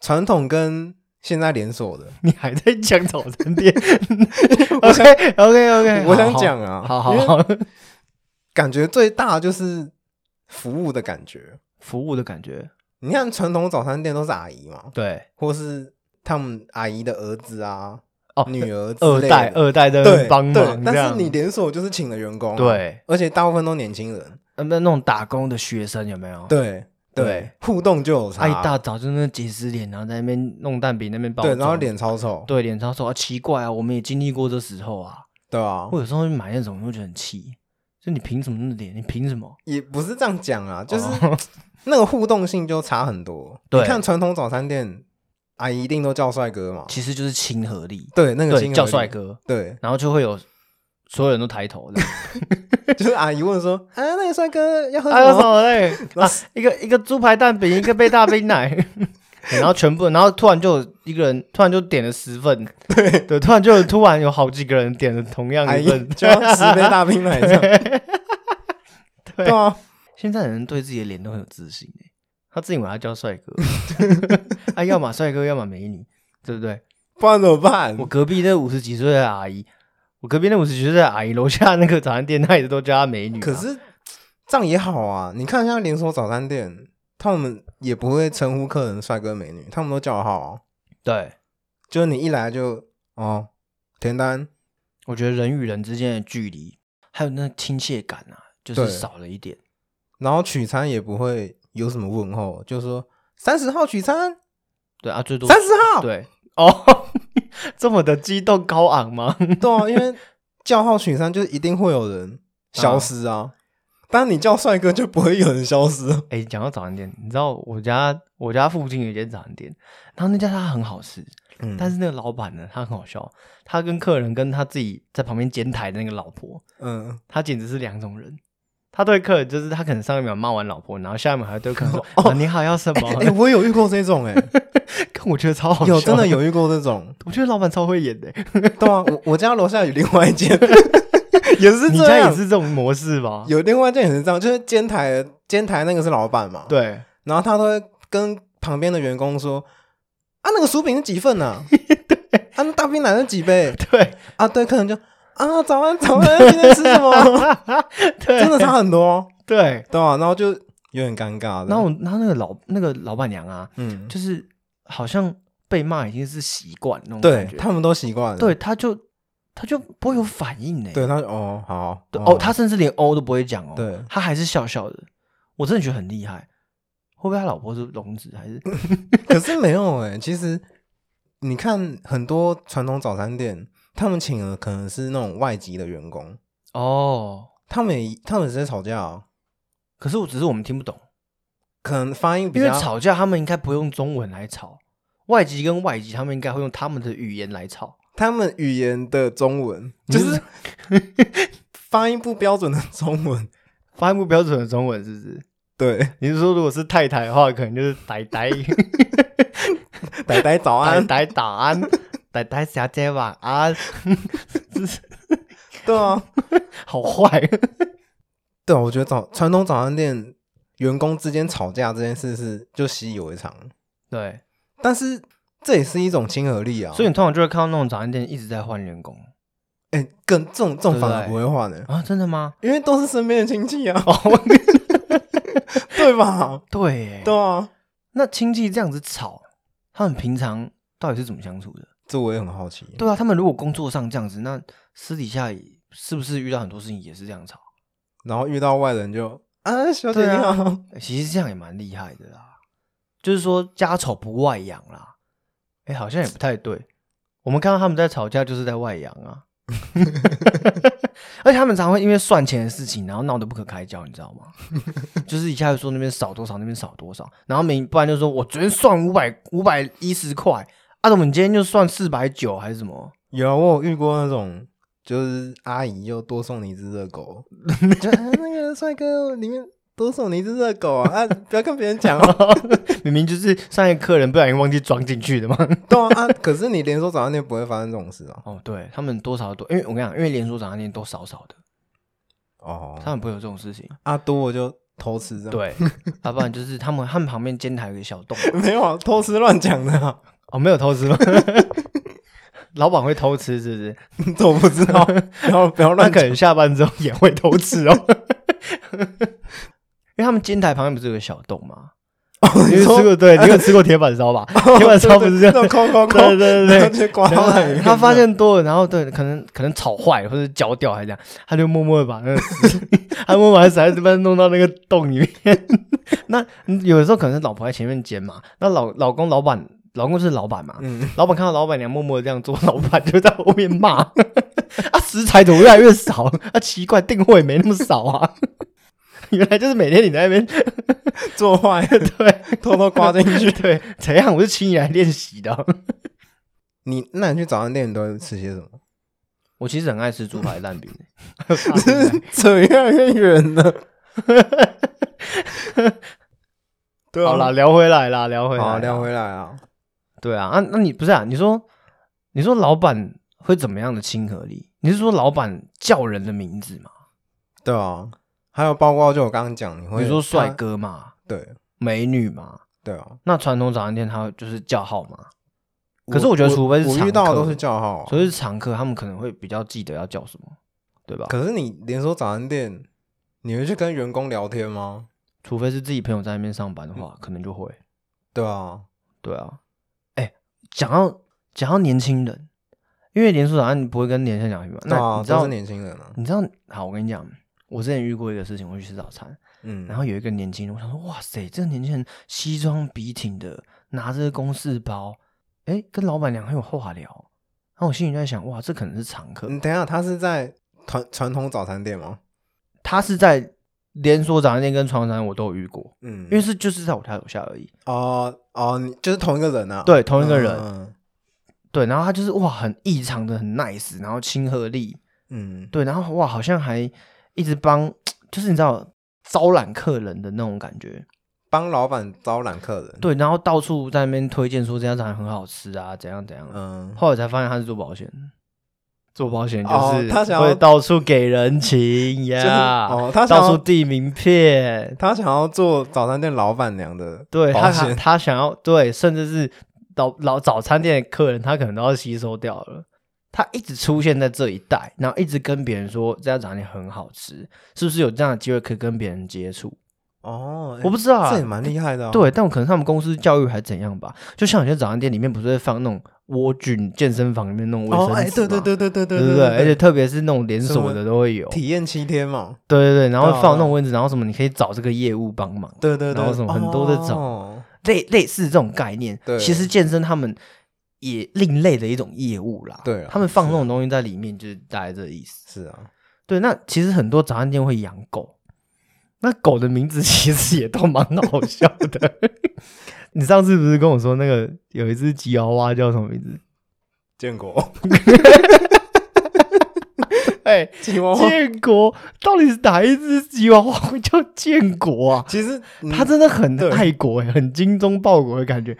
Speaker 2: 传统跟现在连锁的，
Speaker 1: 你还在讲早餐 店？OK OK OK，
Speaker 2: 我想讲啊，
Speaker 1: 哎好
Speaker 2: 因
Speaker 1: 好
Speaker 2: 为
Speaker 1: 好，
Speaker 2: 感觉最大就是服务的感觉。
Speaker 1: 服务的感觉，
Speaker 2: 你看传统早餐店都是阿姨嘛，
Speaker 1: 对，
Speaker 2: 或是他们阿姨的儿子啊、
Speaker 1: 哦，
Speaker 2: 女儿之
Speaker 1: 二
Speaker 2: 类的
Speaker 1: 代二代在那边
Speaker 2: 对
Speaker 1: 帮忙
Speaker 2: 对，
Speaker 1: 这
Speaker 2: 但
Speaker 1: 样，
Speaker 2: 是你连锁就是请了员工啊、
Speaker 1: 对，
Speaker 2: 而且大部分都年轻人，
Speaker 1: 呃那那种打工的学生有没有？，
Speaker 2: 对
Speaker 1: 对啊
Speaker 2: 对，互动就有差，
Speaker 1: 他一大早就那几十点，然后在那边弄蛋饼，那边包
Speaker 2: 对，然后
Speaker 1: 装
Speaker 2: 脸超丑，
Speaker 1: 对脸超丑啊，奇怪啊，我们也经历过这时候啊。
Speaker 2: 对啊，
Speaker 1: 我有时候买那种，我会觉得很气，就你凭什么那脸？你凭什么？
Speaker 2: 也不是这样讲啊，就是
Speaker 1: 哦
Speaker 2: 那个互动性就差很多。
Speaker 1: 对
Speaker 2: 你看传统早餐店，阿姨一定都叫帅哥嘛，
Speaker 1: 其实就是亲和力，
Speaker 2: 对，那个
Speaker 1: 对，
Speaker 2: 亲和
Speaker 1: 叫
Speaker 2: 力
Speaker 1: 帅，哥，
Speaker 2: 对，
Speaker 1: 然后就会有所有人都抬头的，
Speaker 2: 就是阿姨问说，啊，那个帅 哥要喝
Speaker 1: 还有
Speaker 2: 什
Speaker 1: 什
Speaker 2: 么？
Speaker 1: 么嘞？啊，一个一个猪排蛋饼，一个贝大冰奶， 然后全部，然后突然就有一个人突然就点了十份，对哎对，突然就有突然有好几个人点了同样
Speaker 2: 阿
Speaker 1: 一
Speaker 2: 姨
Speaker 1: 份，
Speaker 2: 哎就要 十杯大冰奶这样，对啊，
Speaker 1: 现在人对自己的脸都很有自信欸他自己把他叫帅哥， 啊，要么帅哥，要么美女，对不对？
Speaker 2: 不然怎么办
Speaker 1: 我？隔壁那五十几岁的阿姨，我隔壁那五十几岁的阿姨，楼下那个早餐店，她也都叫她美女啊、
Speaker 2: 可是这样也好啊，你看像连锁早餐店，他们也不会称呼客人帅哥美女，他们都叫好啊，
Speaker 1: 对，
Speaker 2: 就是你一来就哦，填单，
Speaker 1: 我觉得人与人之间的距离，还有那亲切感啊，就是
Speaker 2: 对
Speaker 1: 少了一点。
Speaker 2: 然后取餐也不会有什么问候，就说三十号取餐，
Speaker 1: 对啊，最多
Speaker 2: 三十号，
Speaker 1: 对哦， 这么的激动高昂吗？
Speaker 2: 对啊，因为叫号取餐就一定会有人消失
Speaker 1: 嗯
Speaker 2: 啊，但你叫帅哥就不会有人消失啊。
Speaker 1: 哎、讲到早餐店，你知道我家我家附近有一间早餐店，然后那家它很好吃，
Speaker 2: 嗯
Speaker 1: 但是那个老板呢，他很好笑，他跟客人跟他自己在旁边监台的那个老婆，
Speaker 2: 嗯，
Speaker 1: 他简直是两种人。他对客人就是他可能上一秒骂完老婆，然后下一秒还对客 人说：“哦，你好，要什么
Speaker 2: 哎、哎我有遇过这种哎、
Speaker 1: 看 我觉得超好笑，
Speaker 2: 有真的，有遇过这种，
Speaker 1: 我觉得老板超会演的。
Speaker 2: 对啊，我我家楼下有另外 一间，也是
Speaker 1: 你
Speaker 2: 这
Speaker 1: 家
Speaker 2: 样，
Speaker 1: 也是这种模式吧？
Speaker 2: 有另外一间也是这样，就是监台的监台那个是老板嘛，，
Speaker 1: 对，
Speaker 2: 然后他都会跟旁边的员工说，啊，那个薯饼是几份啊？ 啊，那大冰奶是几杯？
Speaker 1: 对
Speaker 2: 啊，对，客人就啊，早安，早安，今天吃什么？
Speaker 1: 对，
Speaker 2: 真的差很多，
Speaker 1: 对。
Speaker 2: 对啊，然后就有点尴尬的。
Speaker 1: 然后我然后那个老那个老板娘啊，
Speaker 2: 嗯，
Speaker 1: 就是好像被骂已经是习惯那种
Speaker 2: 对
Speaker 1: 感觉，
Speaker 2: 他们都习惯了。
Speaker 1: 对，他就他就不会有反应呢。
Speaker 2: 对，他就哦，好，
Speaker 1: 对哦，他甚至连哦都不会讲哦，
Speaker 2: 对
Speaker 1: 他还是笑笑的，我真的觉得很厉害。会不会他老婆是聋子还是？
Speaker 2: 可是没有哎、其实你看很多传统早餐店，他们请的可能是那种外籍的员工，
Speaker 1: 哦，
Speaker 2: 他们也他们也是在吵架、哦，
Speaker 1: 可是我只是我们听不懂，
Speaker 2: 可能发音比
Speaker 1: 因为
Speaker 2: 较
Speaker 1: 吵架他们应该不用中文来吵，外籍跟外籍他们应该会用他们的语言来吵。
Speaker 2: 他们语言的中文
Speaker 1: 你
Speaker 2: 就是是 发音不标准的中文，
Speaker 1: 发音不标准的中文是不是？
Speaker 2: 对，
Speaker 1: 你是说如果是太太的话，可能就是呆呆
Speaker 2: 呆呆早
Speaker 1: 呆
Speaker 2: 安，
Speaker 1: 呆打安，呆呆小姐晚安，
Speaker 2: 对啊，
Speaker 1: 好坏。
Speaker 2: 对啊，我觉得早传统早餐店员工之间吵架这件事是就习以为常，
Speaker 1: 对，
Speaker 2: 但是这也是一种亲和力啊，
Speaker 1: 所以你通常就会看到那种早餐店一直在换员工
Speaker 2: 哎、更这种这种反
Speaker 1: 对
Speaker 2: 而
Speaker 1: 不对
Speaker 2: 不会换欸的、
Speaker 1: 啊？真的吗？
Speaker 2: 因为都是身边的亲戚啊，
Speaker 1: 哦，
Speaker 2: 对吧？
Speaker 1: 对耶，
Speaker 2: 对啊，
Speaker 1: 那亲戚这样子吵，他们平常到底是怎么相处的？
Speaker 2: 这我也很好奇。
Speaker 1: 对啊，他们如果工作上这样子，那私底下是不是遇到很多事情也是这样吵？
Speaker 2: 然后遇到外人就啊，小姐
Speaker 1: 对
Speaker 2: 你
Speaker 1: 啊
Speaker 2: 好，
Speaker 1: 欸其实这样也蛮厉害的啦，就是说家丑不外扬啦。哎、好像也不太对。我们看到他们在吵架，就是在外扬啊。 而且他们常会因为算钱的事情，然后闹得不可开交，你知道吗？ 就是一下子说那边少多少，那边少多少，然后每不然就说我昨天算五百五百一十块，啊，我们今天就算四百九还是什么？
Speaker 2: 有啊我有遇过那种，就是阿姨又多送你一只热狗，就、啊、那个帅哥里面多送你一只热狗啊！啊，不要跟别人讲 哦。
Speaker 1: 明明就是上一个客人不小心忘记装进去的嘛。
Speaker 2: 对啊啊，可是你连锁早餐店不会发生这种事哦。
Speaker 1: 哦，对他们多少都，因为我跟你讲，因为连锁早餐店都少少的，他
Speaker 2: 哦，
Speaker 1: 们不会有这种事情。
Speaker 2: 啊多我就偷吃这样。
Speaker 1: 对， 要、不然就是他们他们旁边监台有个小洞，
Speaker 2: 没有啊偷吃乱讲的啊，
Speaker 1: 哦，没有偷吃吗？ 老板会偷吃是不是？
Speaker 2: 我不知 道，不要不要
Speaker 1: 那
Speaker 2: 乱
Speaker 1: 可
Speaker 2: 讲。
Speaker 1: 能下班之后也会偷吃哦， 因为他们监台旁边不是有个小洞吗？哦你
Speaker 2: 你
Speaker 1: 有
Speaker 2: 说
Speaker 1: 吃过？对，你有吃过铁板烧吧？铁 板烧不是这样，
Speaker 2: 对对对那种抠抠
Speaker 1: 对
Speaker 2: 抠，
Speaker 1: 对
Speaker 2: 然后
Speaker 1: 对
Speaker 2: 就刮
Speaker 1: 然
Speaker 2: 到
Speaker 1: 后
Speaker 2: 那里
Speaker 1: 他他发现多了，然后对，可能可能炒坏了或者焦掉还是这样，他就默默的把那个屎， 他默默把屎还是把它弄到那个洞里面。那有的时候可能是老婆在前面煎嘛，那老老公老板老公是老板嘛，
Speaker 2: 嗯，
Speaker 1: 老板看到老板娘默默的这样做，老板就在后面骂：“ 啊，食材怎么越来越少？啊，奇怪，订货也没那么少啊！ 原来就是每天你在那边
Speaker 2: 做 坏
Speaker 1: 对
Speaker 2: 偷偷刮进去。
Speaker 1: 对怎样？我是请你来练习的。
Speaker 2: 你那你去早餐店你都会吃些 什么？
Speaker 1: 我其实很爱吃猪排 蛋饼、
Speaker 2: 扯越来越远了。 对啊
Speaker 1: 好啦，，聊回来啦，聊回来，
Speaker 2: 好聊。回来啊。
Speaker 1: 对啊，啊，那你不是啊？你说，你说老板会怎么样的亲和力？你是说老板叫人的名字吗？
Speaker 2: 对啊，还有包括就我刚刚讲，你会啊
Speaker 1: 比如说帅
Speaker 2: 他，
Speaker 1: 哥嘛，
Speaker 2: 对
Speaker 1: 美女嘛？
Speaker 2: 对啊。
Speaker 1: 那传统早餐店它就是叫号码，可是我觉得除非是
Speaker 2: 我
Speaker 1: 常
Speaker 2: 遇到的
Speaker 1: 客
Speaker 2: 都是叫号啊，
Speaker 1: 所以是常客，他们可能会比较记得要叫什么，对吧？
Speaker 2: 可是你连锁早餐店，你会去跟员工聊天吗？
Speaker 1: 除非是自己朋友在那边上班的
Speaker 2: 嗯
Speaker 1: 话，可能就会。
Speaker 2: 对啊，
Speaker 1: 对啊，哎，讲到讲到年轻人，因为连锁早餐你不会跟年轻人讲什么，
Speaker 2: 对
Speaker 1: 那
Speaker 2: 啊，
Speaker 1: 你知道
Speaker 2: 都是年轻人啊。
Speaker 1: 你知道，好，我跟你讲，我之前遇过一个事情，我去吃早餐，
Speaker 2: 嗯，
Speaker 1: 然后有一个年轻人，我想说，哇塞，这个年轻人西装笔挺的，拿着公事包，哎，跟老板娘很有话聊。然后我心里在想，哇，这可能是常客，
Speaker 2: 嗯你等一下，他是在传传统早餐店吗？
Speaker 1: 他是在连锁早餐店跟床餐我都有遇过，
Speaker 2: 嗯，
Speaker 1: 因为是就是在我家楼下而已。
Speaker 2: 哦哦，你就是同一个人啊，
Speaker 1: 对，同一个人，
Speaker 2: 嗯
Speaker 1: 对，然后他就是哇，很异常的很 nice，然后亲和力，
Speaker 2: 嗯，
Speaker 1: 对，然后哇，好像还一直帮，就是你知道招揽客人的那种感觉，
Speaker 2: 帮老板招揽客人，，
Speaker 1: 对，然后到处在那边推荐说这家早餐很好吃啊，怎样怎样。
Speaker 2: 嗯，
Speaker 1: 后来才发现他是做保险的，做保险就
Speaker 2: 哦
Speaker 1: 是
Speaker 2: 他想要
Speaker 1: 会到处给人情
Speaker 2: 就
Speaker 1: 呀
Speaker 2: 是、哦，他想
Speaker 1: 到处
Speaker 2: 要
Speaker 1: 递名片，
Speaker 2: 他想要做早餐店老板娘的
Speaker 1: 对
Speaker 2: 保
Speaker 1: 他想
Speaker 2: 险，
Speaker 1: 他想要对，甚至是老老早餐店的客人，他可能都要吸收掉了。他一直出现在这一带，然后一直跟别人说这家早餐店很好吃，是不是有这样的机会可以跟别人接触？
Speaker 2: 哦，
Speaker 1: 我不知道啊
Speaker 2: 这也蛮厉害的、哦，
Speaker 1: 对，但我可能他们公司教育还怎样吧？就像有些早餐店里面不是会放那种窝菌，健身房里面那种卫生
Speaker 2: 哦，
Speaker 1: 纸
Speaker 2: 哎，对对
Speaker 1: 吗
Speaker 2: 对对对对
Speaker 1: 对不哎
Speaker 2: 对，
Speaker 1: 而且特别是那种连锁
Speaker 2: 什
Speaker 1: 的
Speaker 2: 么
Speaker 1: 都会有，对
Speaker 2: 体验七天嘛，
Speaker 1: 对对，然
Speaker 2: 对
Speaker 1: 后
Speaker 2: 啊
Speaker 1: 放那种位置，然后什么你可以找这个业务帮忙，
Speaker 2: 对对对，
Speaker 1: 然后什么很多这种
Speaker 2: 哦
Speaker 1: 类类似这种概念。
Speaker 2: 对
Speaker 1: 其实健身他们也另类的一种业务啦，
Speaker 2: 对啊
Speaker 1: 他们放
Speaker 2: 是
Speaker 1: 那
Speaker 2: 啊
Speaker 1: 种东西在里面，就是大概这个意思。
Speaker 2: 是啊，
Speaker 1: 对，那其实很多早餐店会养狗，那狗的名字 其实也都蛮好笑的。 你上次不是跟我说那个有一只吉娃娃叫什么名 字？
Speaker 2: 见过，
Speaker 1: 哎、
Speaker 2: 吉娃娃，
Speaker 1: 建国到底是哪一只吉娃娃会叫建国啊？
Speaker 2: 其实
Speaker 1: 它
Speaker 2: 这
Speaker 1: 真的很
Speaker 2: 嗯对
Speaker 1: 爱国、欸，很精忠报国的感觉。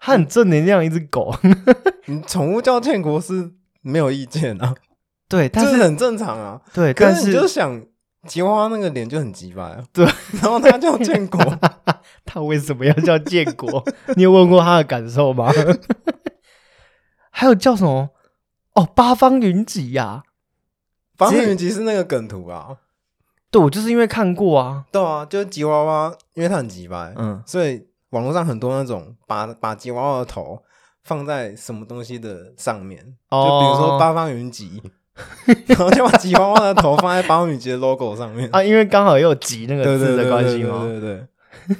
Speaker 1: 它很正能量一只狗，
Speaker 2: 嗯你宠物叫建国是没有意见啊，
Speaker 1: 对，但
Speaker 2: 这
Speaker 1: 是
Speaker 2: 很正常啊，
Speaker 1: 对，
Speaker 2: 可
Speaker 1: 但
Speaker 2: 是你就是想吉娃娃那个脸就很鸡巴啊，
Speaker 1: 对，
Speaker 2: 然后他叫 建国，
Speaker 1: 它为什么要叫建国？ 你有问过它的感受吗？ 还有叫什么？哦，八方云集啊呀、
Speaker 2: 方云集是那个梗图啊，
Speaker 1: 对我就是因为看过啊，
Speaker 2: 对啊，就是吉娃娃，因为它很鸡巴，
Speaker 1: 嗯，
Speaker 2: 所以网络上很多那种把把吉娃娃的头放在什么东西的上面，
Speaker 1: 哦
Speaker 2: 就比如说八方 云集，然后就把吉娃娃的头放在八方云集的 logo 上面，
Speaker 1: 啊，因为刚好也有集那个
Speaker 2: 对对
Speaker 1: 字
Speaker 2: 对
Speaker 1: 的
Speaker 2: 对
Speaker 1: 关系
Speaker 2: 对
Speaker 1: 嘛，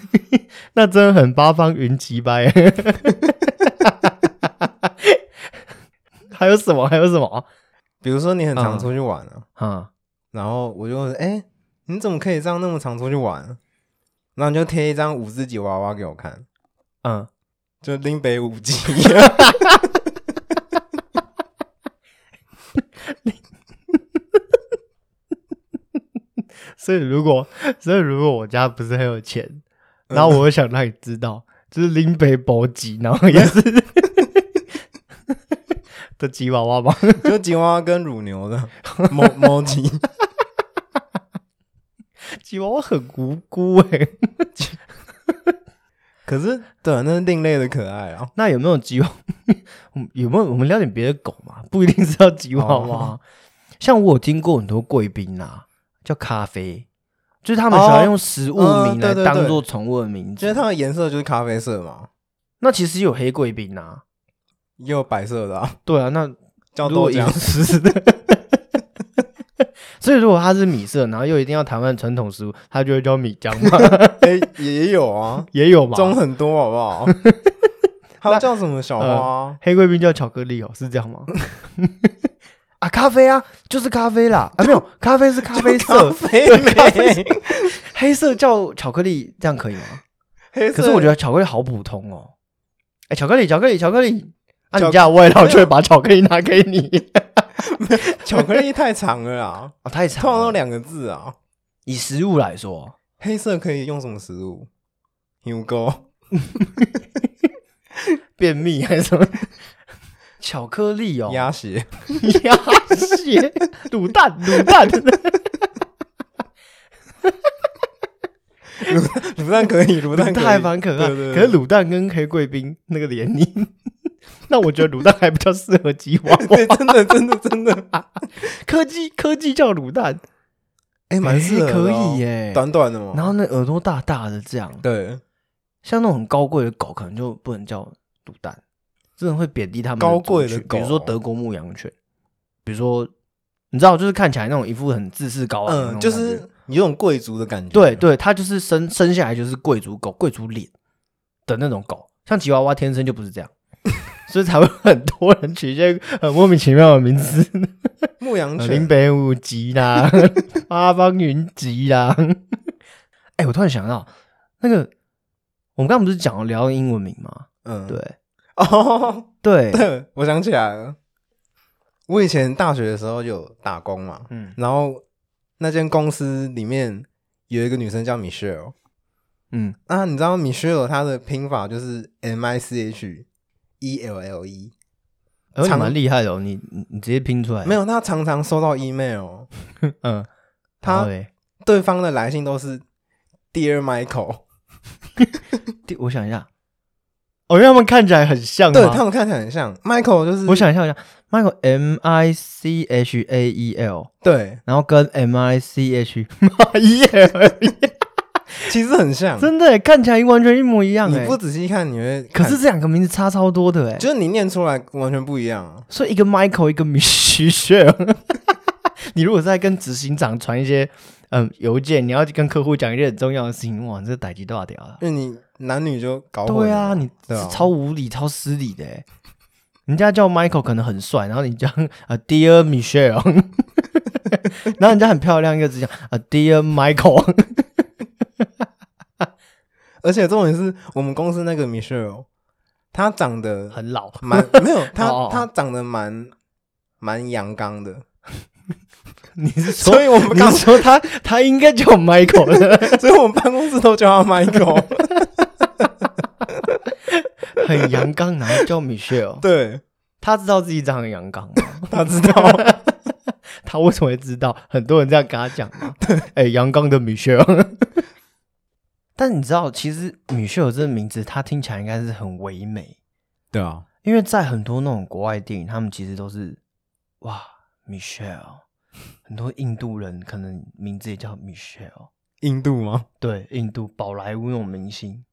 Speaker 2: 对对，
Speaker 1: 那真的很八方云集 掰。还有什么？还有什么？
Speaker 2: 比如说你很
Speaker 1: 嗯
Speaker 2: 常出去玩啊，
Speaker 1: 啊，
Speaker 2: 然后我就问，哎、你怎么可以这样那么常出去玩、然后你就贴一张五只吉娃娃给我看，
Speaker 1: 嗯，
Speaker 2: 就拎北五吉。
Speaker 1: 所以如果所以如果我家不是很有钱，然后我又想让你知道，就是林北搏击，然后也 是的吉娃娃吗？
Speaker 2: 就吉娃娃跟乳牛的猫猫吉，
Speaker 1: 吉娃娃很无辜哎、
Speaker 2: 可是对啊，那是另类的可爱啊。
Speaker 1: 那有没有吉娃？嗯有没有我们聊点别的狗嘛？不一定是要吉娃娃。
Speaker 2: 哦
Speaker 1: 像我有听过很多贵宾啊，叫咖啡，就是他们想要用食物
Speaker 2: 哦
Speaker 1: 名
Speaker 2: 对
Speaker 1: 来
Speaker 2: 对
Speaker 1: 当
Speaker 2: 对
Speaker 1: 做宠物的名字。
Speaker 2: 觉得它的颜色就是咖啡色嘛，
Speaker 1: 那其实有黑贵宾啊，
Speaker 2: 也有白色的、啊，
Speaker 1: 对啊，那
Speaker 2: 叫
Speaker 1: 如
Speaker 2: 豆
Speaker 1: 果
Speaker 2: 浆
Speaker 1: 饮。食的。 所以如果它是米色，然后又一定要台湾传统食物，它就会叫米浆嘛，
Speaker 2: 哎、也有啊，
Speaker 1: 也有嘛。
Speaker 2: 中很多好 不好？还有叫什么小花啊、
Speaker 1: 黑贵宾叫巧克力哦，是这样吗？ 啊，咖啡啊，就是咖啡啦。啊，没有，咖啡是咖啡 色，
Speaker 2: 啡
Speaker 1: 对咖啡
Speaker 2: 妹，
Speaker 1: 黑色叫巧克力，这样可以吗？
Speaker 2: 黑色
Speaker 1: 可是我觉得巧克力好普通哦。哎，巧克力，巧克力，巧克力。啊，
Speaker 2: 巧
Speaker 1: 你家的外劳就会把巧克力拿给 你
Speaker 2: 巧克力太长 了啦，
Speaker 1: 啊，太
Speaker 2: 通常
Speaker 1: 长
Speaker 2: 都
Speaker 1: 了。
Speaker 2: 两个字啊。
Speaker 1: 以食物来说，
Speaker 2: 黑色可以用什么食物？牛沟
Speaker 1: 便秘还是什么？巧克力哦，
Speaker 2: 鸭血，
Speaker 1: 鸭血、卤蛋、卤蛋，
Speaker 2: 卤蛋可以，卤蛋
Speaker 1: 卤
Speaker 2: 可
Speaker 1: 蛋
Speaker 2: 以
Speaker 1: 还蛮可爱。
Speaker 2: 对对
Speaker 1: 可
Speaker 2: 对
Speaker 1: 是卤蛋跟黑贵宾那个联姻， 那我觉得卤蛋还比较适合吉娃娃。
Speaker 2: 对，真的真的真的，
Speaker 1: 科技科技叫卤蛋，
Speaker 2: 哎，蛮适合的
Speaker 1: 可
Speaker 2: 哦
Speaker 1: 以，耶。
Speaker 2: 短短的嘛。
Speaker 1: 然后那耳朵大大的，这样
Speaker 2: 对，
Speaker 1: 像那种很高贵的狗，可能就不能叫卤蛋，真的会贬低它们
Speaker 2: 高贵的
Speaker 1: 族群比如
Speaker 2: 狗
Speaker 1: 说德国牧羊犬，比如说你知道，就是看起来那种一副很自视高昂的哦那种感
Speaker 2: 嗯，就
Speaker 1: 觉，
Speaker 2: 是有种贵族的感觉。
Speaker 1: 对，对，它就是生生下来就是贵族狗、贵族脸的那种狗，像吉娃娃天生就不是这 样，所以才会很多人取一些很莫名其妙的名字，
Speaker 2: 牧羊
Speaker 1: 呃林
Speaker 2: 犬，
Speaker 1: 北五吉 啦、八方云集啦。哎、我突然想到，那个我们刚刚不是讲了聊英文名吗？
Speaker 2: 嗯，
Speaker 1: 对
Speaker 2: 哦，
Speaker 1: 对，
Speaker 2: 对，我想起来了，我以前大学的时候有打工嘛，
Speaker 1: 嗯
Speaker 2: 然后那间公司里面有一个女生叫 Michelle，
Speaker 1: 嗯，
Speaker 2: 那你知道 Michelle 她的拼法就是 M I C H E L L E，
Speaker 1: 哎你
Speaker 2: 常
Speaker 1: 蛮厉害的、哦，你你你直接拼出来，
Speaker 2: 没
Speaker 1: 有？
Speaker 2: 有，她常常收
Speaker 1: 哦
Speaker 2: 到 email，
Speaker 1: 嗯，
Speaker 2: 她
Speaker 1: 然后嘞
Speaker 2: 对方的来信都是 Dear Michael，
Speaker 1: 第我想一下，哦，因为他们看起来很像吗，
Speaker 2: 对他们看起来很像 Michael，就是
Speaker 1: 我想一下，我想 Michael M I C H A E L，
Speaker 2: 对，
Speaker 1: 然后跟 M I C H E L，
Speaker 2: 其实很像，
Speaker 1: 真的耶看起来完全一模一样
Speaker 2: 你
Speaker 1: 哎。
Speaker 2: 不仔细看你会
Speaker 1: 可
Speaker 2: 看，
Speaker 1: 是这两个名字差超多的哎，
Speaker 2: 就是你念出来完全不一样啊。
Speaker 1: 所以一个 Michael，一个 Michelle。你如果在跟执行长传一些嗯邮件，你要去跟客户讲一些很重要的事情，哇，你这逮鸡大屌了。
Speaker 2: 因为你男女就搞混了
Speaker 1: 对啊，你
Speaker 2: 哦对啊
Speaker 1: 超无理、超失礼的耶。人家叫 Michael 可能很帅，然后你叫 啊 Dear Michelle，然后人家很漂亮，一个只讲啊 Dear Michael，
Speaker 2: 而且重点是我们公司那个 Michelle，她长得
Speaker 1: 很老，
Speaker 2: 蛮没有，
Speaker 1: 哦
Speaker 2: 她
Speaker 1: 哦
Speaker 2: 她长得蛮蛮阳刚的，
Speaker 1: 你是说
Speaker 2: 所以我们
Speaker 1: 你
Speaker 2: 刚，
Speaker 1: 是说他他应该叫 Michael 的，
Speaker 2: 所以我们办公室都叫她 Michael。
Speaker 1: 很阳刚，然后叫 Michelle，
Speaker 2: 对，
Speaker 1: 他知道自己长很阳刚吗，
Speaker 2: 她知道，
Speaker 1: 他为什么会知道？很多人这样跟他讲嘛，哎，阳刚的 Michelle。但你知道，其实 Michelle 这个名字，它听起来应该是很唯美。
Speaker 2: 对啊，
Speaker 1: 因为在很多那种国外电影，他们其实都是哇，Michelle，很多印度人可能名字也叫 Michelle，
Speaker 2: 印度吗？
Speaker 1: 对，印度宝莱坞那种明星，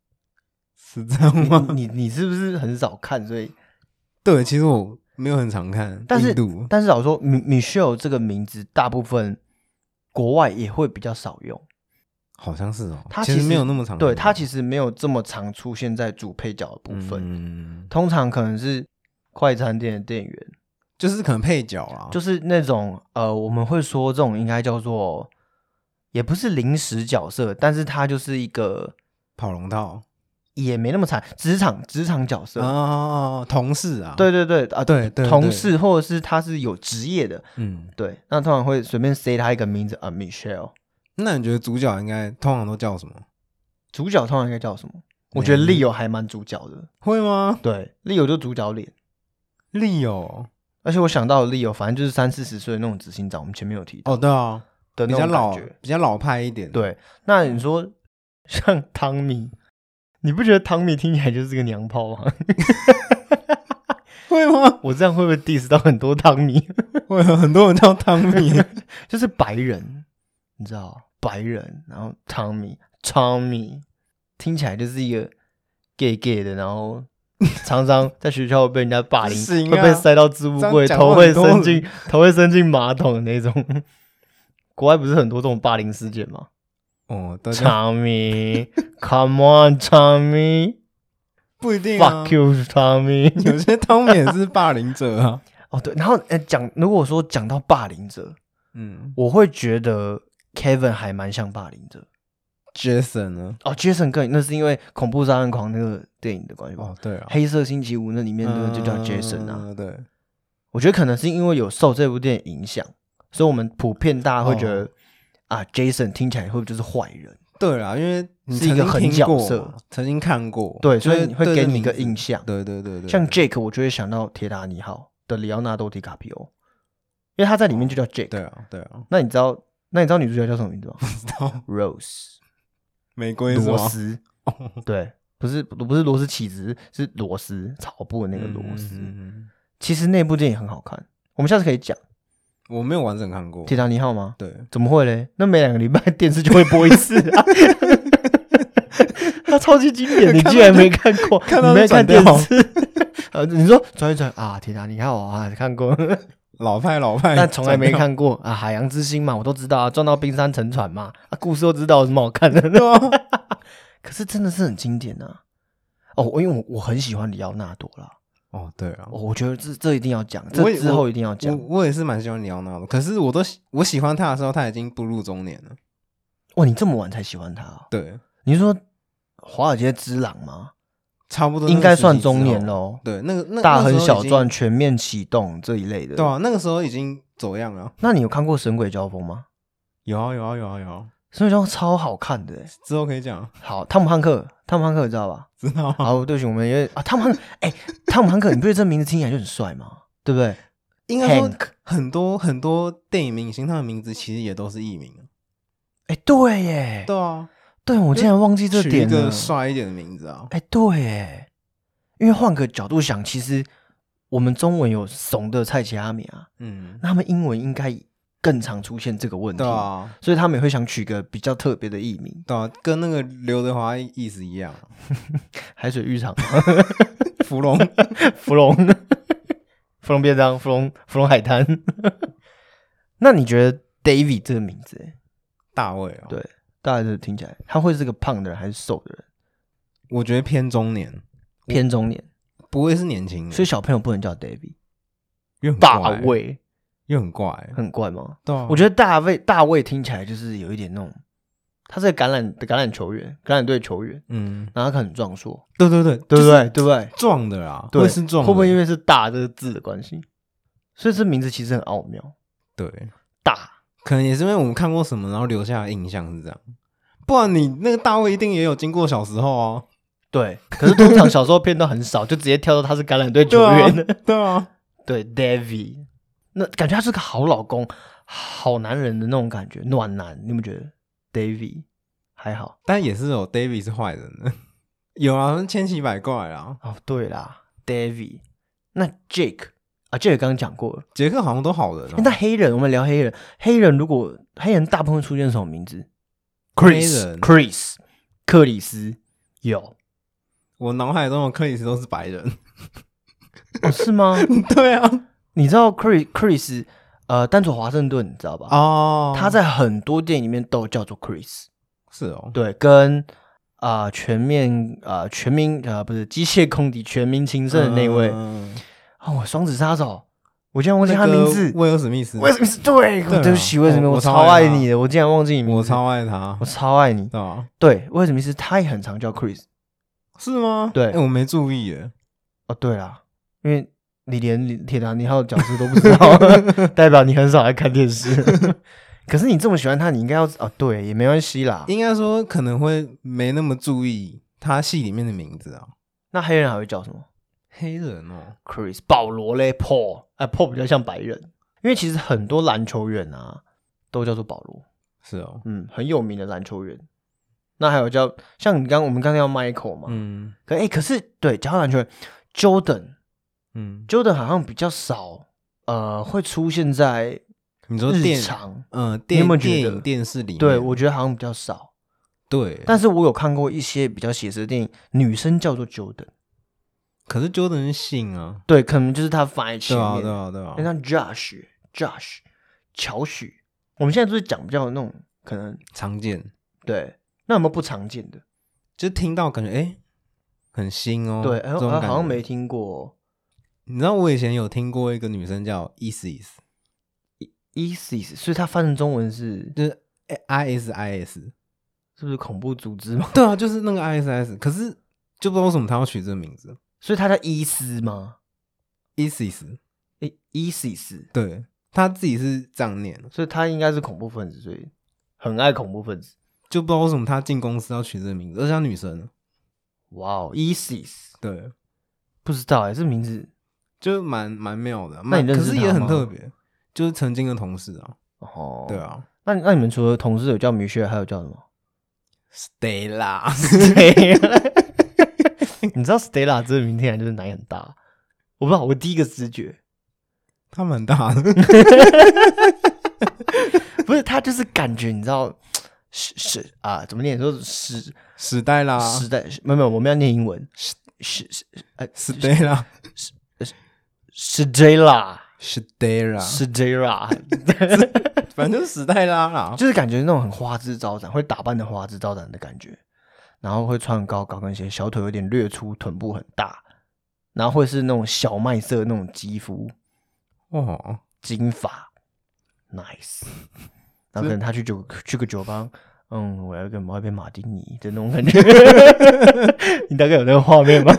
Speaker 2: 是这样 吗？
Speaker 1: 你你是不是很少看？所以，
Speaker 2: 对，其实我没有很常看，
Speaker 1: 但是
Speaker 2: 印度
Speaker 1: 但是老实说，Mi- Michelle 这个名字，大部分国外也会比较少用，
Speaker 2: 好像是哦，
Speaker 1: 它
Speaker 2: 其
Speaker 1: 实
Speaker 2: 没有那么常看，
Speaker 1: 对，它其
Speaker 2: 实
Speaker 1: 实没有这么常出现在主配角的部分，
Speaker 2: 嗯，
Speaker 1: 通常可能是快餐店的店员，
Speaker 2: 就是可能配角啊啦，
Speaker 1: 就是是那种呃，我们会说这种应该叫做，也不是临时角色，但是它就是一个
Speaker 2: 跑龙套
Speaker 1: 也没那么惨，职场职场角色。
Speaker 2: 啊，同事啊，
Speaker 1: 对对对啊，
Speaker 2: 对对，
Speaker 1: 同
Speaker 2: 对，
Speaker 1: 事或者是他是有职业的，
Speaker 2: 嗯，
Speaker 1: 呃对，那通常会随便塞他一个名字啊，Michelle，
Speaker 2: 那你觉得主角应该通常都叫什么？
Speaker 1: 主角通常应该叫什么？我觉得
Speaker 2: 没
Speaker 1: Leo 还蛮主角的，
Speaker 2: 会吗？
Speaker 1: 对，Leo 就主角脸。
Speaker 2: 利友
Speaker 1: 而且我想到的 Leo，反正就是三四十岁的那种执行长，我们前面有提到
Speaker 2: 哦，对啊，
Speaker 1: 的
Speaker 2: 比
Speaker 1: 那
Speaker 2: 较
Speaker 1: 种感
Speaker 2: 老
Speaker 1: 觉。，
Speaker 2: 比较老派一点。，
Speaker 1: 对，那
Speaker 2: 嗯
Speaker 1: 你说像汤米，你不觉得汤米听起来就是个娘炮吗？
Speaker 2: 会吗？
Speaker 1: 我这样会不会 diss 到很多汤米？
Speaker 2: 会有很多人叫汤米。
Speaker 1: 就是白人，你知道，白人，然后汤米，汤米听起来就是一个 gay gay 的，然后常常在学校被人家霸凌，
Speaker 2: 行
Speaker 1: 会
Speaker 2: 啊
Speaker 1: 被塞到置物
Speaker 2: 这样
Speaker 1: 柜，
Speaker 2: 讲
Speaker 1: 头
Speaker 2: 话
Speaker 1: 会
Speaker 2: 很多
Speaker 1: 伸
Speaker 2: 人
Speaker 1: 进头会伸进马桶的那种。 国外不是很多这种霸凌事件吗？
Speaker 2: 哦，大家
Speaker 1: 汤米，Come on，汤米。
Speaker 2: 不一定啊
Speaker 1: Fuck。you, Tommy。
Speaker 2: 有些汤米也是霸凌者啊。
Speaker 1: 哦，对，然后呃，讲如果说讲到霸凌者，
Speaker 2: 嗯
Speaker 1: 我会觉得 Kevin 还蛮像霸凌者
Speaker 2: ，Jason 呢？
Speaker 1: 哦，Jason 更那是因为《恐怖杀人狂》那个电影的关系吧？
Speaker 2: 哦，对啊，
Speaker 1: 黑色星期五那里面那个就叫
Speaker 2: 嗯
Speaker 1: Jason 啊，
Speaker 2: 对，
Speaker 1: 我觉得可能是因为有受这部电影影响，所以我们普遍大家会觉得、
Speaker 2: 哦
Speaker 1: 啊，Jason 听起来会不会就是坏人？
Speaker 2: 对啦，因为你
Speaker 1: 是一个
Speaker 2: 曾经
Speaker 1: 很
Speaker 2: 听
Speaker 1: 角
Speaker 2: 过
Speaker 1: 色
Speaker 2: 嘛，曾经看过，
Speaker 1: 对，所以
Speaker 2: 是
Speaker 1: 你会
Speaker 2: 对
Speaker 1: 给
Speaker 2: 这
Speaker 1: 你一个
Speaker 2: 名字
Speaker 1: 印象。
Speaker 2: 对对对对，
Speaker 1: 像 Jake，我就会想到《铁达尼号》的里奥纳多·迪卡皮欧，因为他在里面就叫 Jake。
Speaker 2: 对啊对啊，
Speaker 1: 那你知道那你知道女主角叫什么名 字吗
Speaker 2: 知道
Speaker 1: ？Rose
Speaker 2: 玫瑰是
Speaker 1: 罗
Speaker 2: 吗？
Speaker 1: 斯，对，不是不是螺丝起子，是螺丝草布的那个螺丝。
Speaker 2: 嗯哦
Speaker 1: 其实那部电影很好看，我们下次可以讲《
Speaker 2: 我没有完整看过
Speaker 1: 铁，达尼号》吗？
Speaker 2: 对，
Speaker 1: 怎么会嘞？那每两个礼拜 电视就会播一次啊。 它超级经典，你竟然没看过？
Speaker 2: 看到
Speaker 1: 你没
Speaker 2: 就
Speaker 1: 看
Speaker 2: 转
Speaker 1: 电
Speaker 2: 掉
Speaker 1: 视？ 呃，你说转一转啊，《铁达尼号》啊，看过，
Speaker 2: 老派老派，
Speaker 1: 但从来没看过啊，《海洋之心》嘛，我都知道啊，撞到冰山沉船嘛，啊，故事都知道，有什么好看的？
Speaker 2: 转掉。
Speaker 1: 可是真的是很经典啊！哦，我因为我我很喜欢里奥纳多啦，
Speaker 2: 哦，对啊，
Speaker 1: 我我觉得这这一定要讲，
Speaker 2: 我
Speaker 1: 这
Speaker 2: 也
Speaker 1: 之后一定要
Speaker 2: 我
Speaker 1: 讲。
Speaker 2: 我也是蛮喜欢里奥纳多，可是我都喜我喜欢他的时候，他已经步入中年了。
Speaker 1: 哇，你这么晚才喜欢他、啊？
Speaker 2: 对，
Speaker 1: 你是说华尔街之狼吗？
Speaker 2: 差不多
Speaker 1: 应该算中
Speaker 2: 年
Speaker 1: 年。喽。
Speaker 2: 哦对，那个那
Speaker 1: 大
Speaker 2: 那时
Speaker 1: 亨
Speaker 2: 候
Speaker 1: 小
Speaker 2: 已经
Speaker 1: 传全面启动这一类的。
Speaker 2: 对啊，那个时候已经走样了。
Speaker 1: 那你有看过《神鬼交锋》吗？
Speaker 2: 有啊有啊有啊有啊，
Speaker 1: 《神鬼交锋》超好看的欸、
Speaker 2: 之后可以讲，啊
Speaker 1: 好，汤姆汉克，汤姆汉克你知道吧？
Speaker 2: 知道吗？
Speaker 1: 好，对不起，我们因为啊，汤姆汉克，哎、汤姆汉克，你不觉得这名字听起来就很帅吗？对不对？
Speaker 2: 应该说
Speaker 1: Hank
Speaker 2: 很多很多电影明星他的名字其实也都是艺名。
Speaker 1: 哎、对耶，
Speaker 2: 对啊，
Speaker 1: 对，我竟然忘记这
Speaker 2: 取一
Speaker 1: 点了
Speaker 2: 个。帅一点的名字啊。
Speaker 1: 哎、对耶，因为换个角度想，其实我们中文有怂的蔡奇阿米啊，
Speaker 2: 嗯，
Speaker 1: 那他们英文应该更常出现这个问题，
Speaker 2: 对啊，
Speaker 1: 所以他们也会想取个比较特别的艺名，
Speaker 2: 对啊，跟那个刘德华意思一样啊，
Speaker 1: 海水浴场、
Speaker 2: 芙蓉。
Speaker 1: 芙蓉、 芙蓉便当、芙蓉芙蓉海滩。 那你觉得 David 这个名字耶，
Speaker 2: 大卫啊，
Speaker 1: 对大家就听起来他会是个胖的人还是瘦的人？
Speaker 2: 我觉得偏中年，
Speaker 1: 偏中年，
Speaker 2: 不会是年轻人，
Speaker 1: 所以小朋友不能叫 David，
Speaker 2: 又嗯很
Speaker 1: 大
Speaker 2: 怪，
Speaker 1: 卫
Speaker 2: 又很怪，
Speaker 1: 很怪吗？
Speaker 2: 对啊，
Speaker 1: 我觉得大卫大卫听起来就是有一点那种，他是个橄榄橄榄球员，橄榄队球员，
Speaker 2: 嗯，
Speaker 1: 然后他很壮硕，
Speaker 2: 对对对，
Speaker 1: 对
Speaker 2: 就
Speaker 1: 不
Speaker 2: 是
Speaker 1: 对？对不对？
Speaker 2: 撞的啦，
Speaker 1: 对，
Speaker 2: 会是撞的，
Speaker 1: 会不会因为是“大”这个字的关系？所以这名字其实很奥妙，
Speaker 2: 对？
Speaker 1: 大
Speaker 2: 可能也是因为我们看过什么，然后留下的印象是这样。不然你那个大卫一定也有经过小时候啊，
Speaker 1: 对。可是通常小时候片段很 少，就直接跳到他是橄榄队球员的。
Speaker 2: 对啊，
Speaker 1: 对 David，那感觉他是个好老公、好男人的那种感觉，暖男，你们觉得？David 还好
Speaker 2: 但也是有 David 是坏人的， 有啊，千奇百怪啊。
Speaker 1: 哦，对啦，David，那 Jake 啊，Jake 刚刚讲过了。
Speaker 2: 杰克好像都好人
Speaker 1: 欸那
Speaker 2: 啊，
Speaker 1: 黑人，我们聊黑人，黑人如果黑人大部分出现什么名字
Speaker 2: 黑人
Speaker 1: ？Chris，Chris，克里斯有、
Speaker 2: 我脑海中的克里斯都是白人。
Speaker 1: 哦、是吗？
Speaker 2: 对啊，
Speaker 1: 你知道 Chris Chris 呃，丹佐华盛顿，你知道吧？
Speaker 2: 哦，
Speaker 1: 他在很多电影里面都叫做 Chris，
Speaker 2: 是哦，
Speaker 1: 对，跟啊、呃全面啊全民啊、呃不是机械空敌全民情圣的那位啊、
Speaker 2: 嗯
Speaker 1: 哦，双子杀手，我竟然忘记他
Speaker 2: 那个
Speaker 1: 名字，
Speaker 2: 威尔史密斯，
Speaker 1: 为什么是对？
Speaker 2: 对啊
Speaker 1: 对不起，为什么
Speaker 2: 我
Speaker 1: 我
Speaker 2: 我超
Speaker 1: 超
Speaker 2: 爱
Speaker 1: 爱
Speaker 2: 他
Speaker 1: 你的？我竟然忘记你名字，
Speaker 2: 我超爱他
Speaker 1: 我，超爱你
Speaker 2: 对。吧？
Speaker 1: 对，威尔史密斯他也很常叫 Chris。
Speaker 2: 是吗？
Speaker 1: 对
Speaker 2: 欸我没注意耶。
Speaker 1: 哦，对啦，因为 你连铁达尼号的角色都不知道，代表你很少来看电视。 可是你这么喜欢他，你应该要啊，对，也没关系啦。
Speaker 2: 应该说可能会没那么注意他戏里面的名字啊，
Speaker 1: 那黑人还会叫什么
Speaker 2: 黑人哦，
Speaker 1: ？Chris 保罗嘞，Paul，哎、p a u l 比较像白人，因为其实很多篮球员啊都叫做保罗，
Speaker 2: 是哦，
Speaker 1: 嗯，很有名的篮球员。那还有叫像你刚我们刚才要 Michael 嘛，
Speaker 2: 嗯
Speaker 1: 可哎、可是对，讲到篮球员，Jordan，Jordan
Speaker 2: 嗯，
Speaker 1: 好像比较少，呃，会出现在
Speaker 2: 你说
Speaker 1: 日
Speaker 2: 电
Speaker 1: 常，
Speaker 2: 嗯
Speaker 1: 你有
Speaker 2: 电
Speaker 1: 没有觉
Speaker 2: 电
Speaker 1: 得
Speaker 2: 影电视里面，
Speaker 1: 对我觉得好像比较少。
Speaker 2: 对，
Speaker 1: 但是我有看过一些比较写实的电影，女生叫做 Jordan，
Speaker 2: 可是 Jordan 是姓啊，
Speaker 1: 对，可能就是她放在前
Speaker 2: 对啊
Speaker 1: 面。
Speaker 2: 对啊对啊
Speaker 1: 那，像 Josh、Josh、乔许，我们现在都是讲比较那种可能
Speaker 2: 常见，
Speaker 1: 对，那有没有不常见的？
Speaker 2: 就听到感觉哎、诶很新哦，
Speaker 1: 对，哎、
Speaker 2: 这
Speaker 1: 呦
Speaker 2: 种
Speaker 1: 好
Speaker 2: 感觉
Speaker 1: 像没听过哦、
Speaker 2: 你知道我以前有听过一个女生叫 Isis，
Speaker 1: ISIS，所以它翻成中文是
Speaker 2: 就是 I S I S，
Speaker 1: 是不是恐怖组织嘛？
Speaker 2: 对啊，就是那个 I S I S，可是就不知道为什么她要取这个名字
Speaker 1: 所以它叫 E 伊斯吗？
Speaker 2: ，Isis，
Speaker 1: 哎、i s i s
Speaker 2: 对，她自己是这样念的，
Speaker 1: 所以他应该是恐怖分子，所以很爱恐怖分子。
Speaker 2: 就不知道为什么她进公司要取这个名字，而且她女生，
Speaker 1: 哇哦，ISIS，
Speaker 2: 对，
Speaker 1: 不知道哎、这名字
Speaker 2: 就蛮蛮妙的，
Speaker 1: 那
Speaker 2: 蛮
Speaker 1: 你认
Speaker 2: 可
Speaker 1: 识
Speaker 2: 是也
Speaker 1: 她
Speaker 2: 很
Speaker 1: 吗
Speaker 2: 特别，就是曾经的同事啊，
Speaker 1: 哦，
Speaker 2: 对。啊
Speaker 1: 那那你们除了同事有叫米歇尔，还有叫什 么？
Speaker 2: ，Stella，
Speaker 1: Stella，你知道 Stella 这个名听起来就是奶很大，我不知道，我第一个直觉
Speaker 2: 她蛮大的，
Speaker 1: 不是他就是感觉，你知道是是啊，怎么念？说史
Speaker 2: 史黛拉
Speaker 1: 时代，没有没有，我们要念英文，史史史呃
Speaker 2: ，Stella。
Speaker 1: 史
Speaker 2: 啊
Speaker 1: Stella
Speaker 2: Stella，
Speaker 1: 史 Stella，
Speaker 2: 反正就是史黛拉啦，
Speaker 1: 就是感觉那种很花枝招展，会打扮的花枝招展的感觉，然后会穿高高跟鞋，小腿有点略粗，臀部很大，然后会是那种小麦色那种肌肤，
Speaker 2: 哦，
Speaker 1: 金发，nice。然后可能他去酒去个酒吧，嗯，我要跟我要杯马丁尼的那种 感觉，你大概有那个画面吧？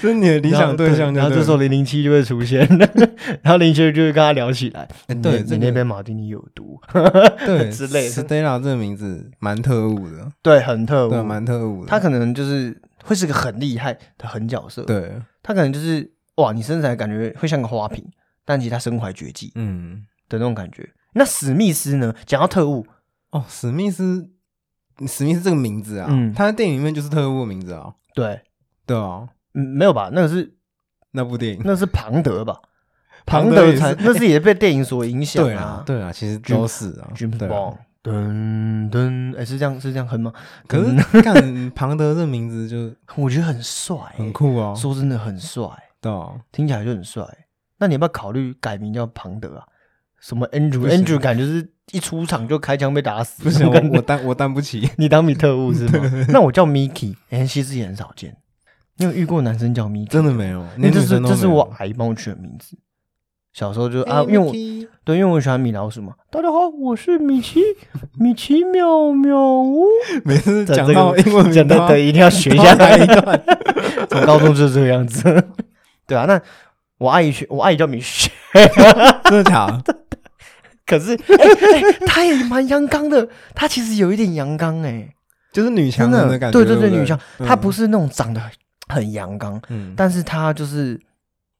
Speaker 2: 这是你 的理想对象就对了，
Speaker 1: 然后这时候零零七就会出现， 然后零七就会跟他聊起来，
Speaker 2: 哎
Speaker 1: 你
Speaker 2: 对
Speaker 1: 那
Speaker 2: 这
Speaker 1: 你那
Speaker 2: 个
Speaker 1: 杯马丁尼有毒，
Speaker 2: 对
Speaker 1: 之类的
Speaker 2: ，Stella 这个名字蛮特务的，
Speaker 1: 对，很特
Speaker 2: 对，啊
Speaker 1: 务，
Speaker 2: 蛮特务的。
Speaker 1: 他可能就是会是个很厉害的狠角色，，
Speaker 2: 对，
Speaker 1: 他可能就是哇，你身材感觉会像个花瓶，但其实他身怀绝技
Speaker 2: 嗯，
Speaker 1: 的那种感觉。那史密斯呢？讲到特务，
Speaker 2: 哦，史密斯，史密斯这个名字啊，
Speaker 1: 嗯
Speaker 2: 他在电影里面就是特务的名字啊，
Speaker 1: 对，
Speaker 2: 对啊，
Speaker 1: 嗯，没有吧？那个是
Speaker 2: 那部 电影，
Speaker 1: 那是庞德吧？庞
Speaker 2: 庞
Speaker 1: 德
Speaker 2: 德
Speaker 1: 才
Speaker 2: 也是
Speaker 1: 那是也被电影所影响
Speaker 2: 对
Speaker 1: 啊
Speaker 2: 啊，。对啊，其实都是啊，
Speaker 1: James
Speaker 2: 对啊
Speaker 1: Bond，噔噔，哎，是这样是这样哼吗？
Speaker 2: 可
Speaker 1: 嗯
Speaker 2: 是看庞德这名字就
Speaker 1: 我觉得很帅欸，
Speaker 2: 很酷 啊，
Speaker 1: 说真的很帅，
Speaker 2: 对啊，
Speaker 1: 听起来就很帅。那你要不要考虑改名叫庞德啊？什么 Andrew
Speaker 2: 不行
Speaker 1: Andrew 感觉是一出场就开枪被打死，
Speaker 2: 不行，
Speaker 1: 感觉
Speaker 2: 我我担我担 不起，
Speaker 1: 你当米特务是吗？那我叫 Mickey，哎，其实也很少见。你有遇过男生叫 Mickey？
Speaker 2: 真的没有，
Speaker 1: 那
Speaker 2: 连
Speaker 1: 这
Speaker 2: 女
Speaker 1: 是
Speaker 2: 生都
Speaker 1: 这是
Speaker 2: 没
Speaker 1: 我
Speaker 2: 有啊
Speaker 1: 阿姨帮我取的名字。小时候就
Speaker 2: 哎
Speaker 1: 啊，因为我
Speaker 2: Mickey
Speaker 1: 对，因为我喜欢米老鼠嘛。大家好，我是米 奇，米奇妙妙屋。
Speaker 2: 每次
Speaker 1: 在
Speaker 2: 讲
Speaker 1: 这个
Speaker 2: 到英文名
Speaker 1: 真的
Speaker 2: 都要
Speaker 1: 对， 一定要学一
Speaker 2: 都
Speaker 1: 下
Speaker 2: 要
Speaker 1: 那
Speaker 2: 来
Speaker 1: 一
Speaker 2: 一
Speaker 1: 段。从高中就是这个样子。 对啊，那我阿姨学，我阿姨叫米雪，
Speaker 2: 真的假的？
Speaker 1: 可是哎哎她也蛮阳刚的，她其实有一点阳刚哎、
Speaker 2: 就是女强
Speaker 1: 真
Speaker 2: 人
Speaker 1: 的，
Speaker 2: 的感觉，
Speaker 1: 对
Speaker 2: 对嗯
Speaker 1: 对，
Speaker 2: 不
Speaker 1: 女强，她不
Speaker 2: 是，
Speaker 1: 是那种长得很阳刚，
Speaker 2: 嗯，
Speaker 1: 但是她就是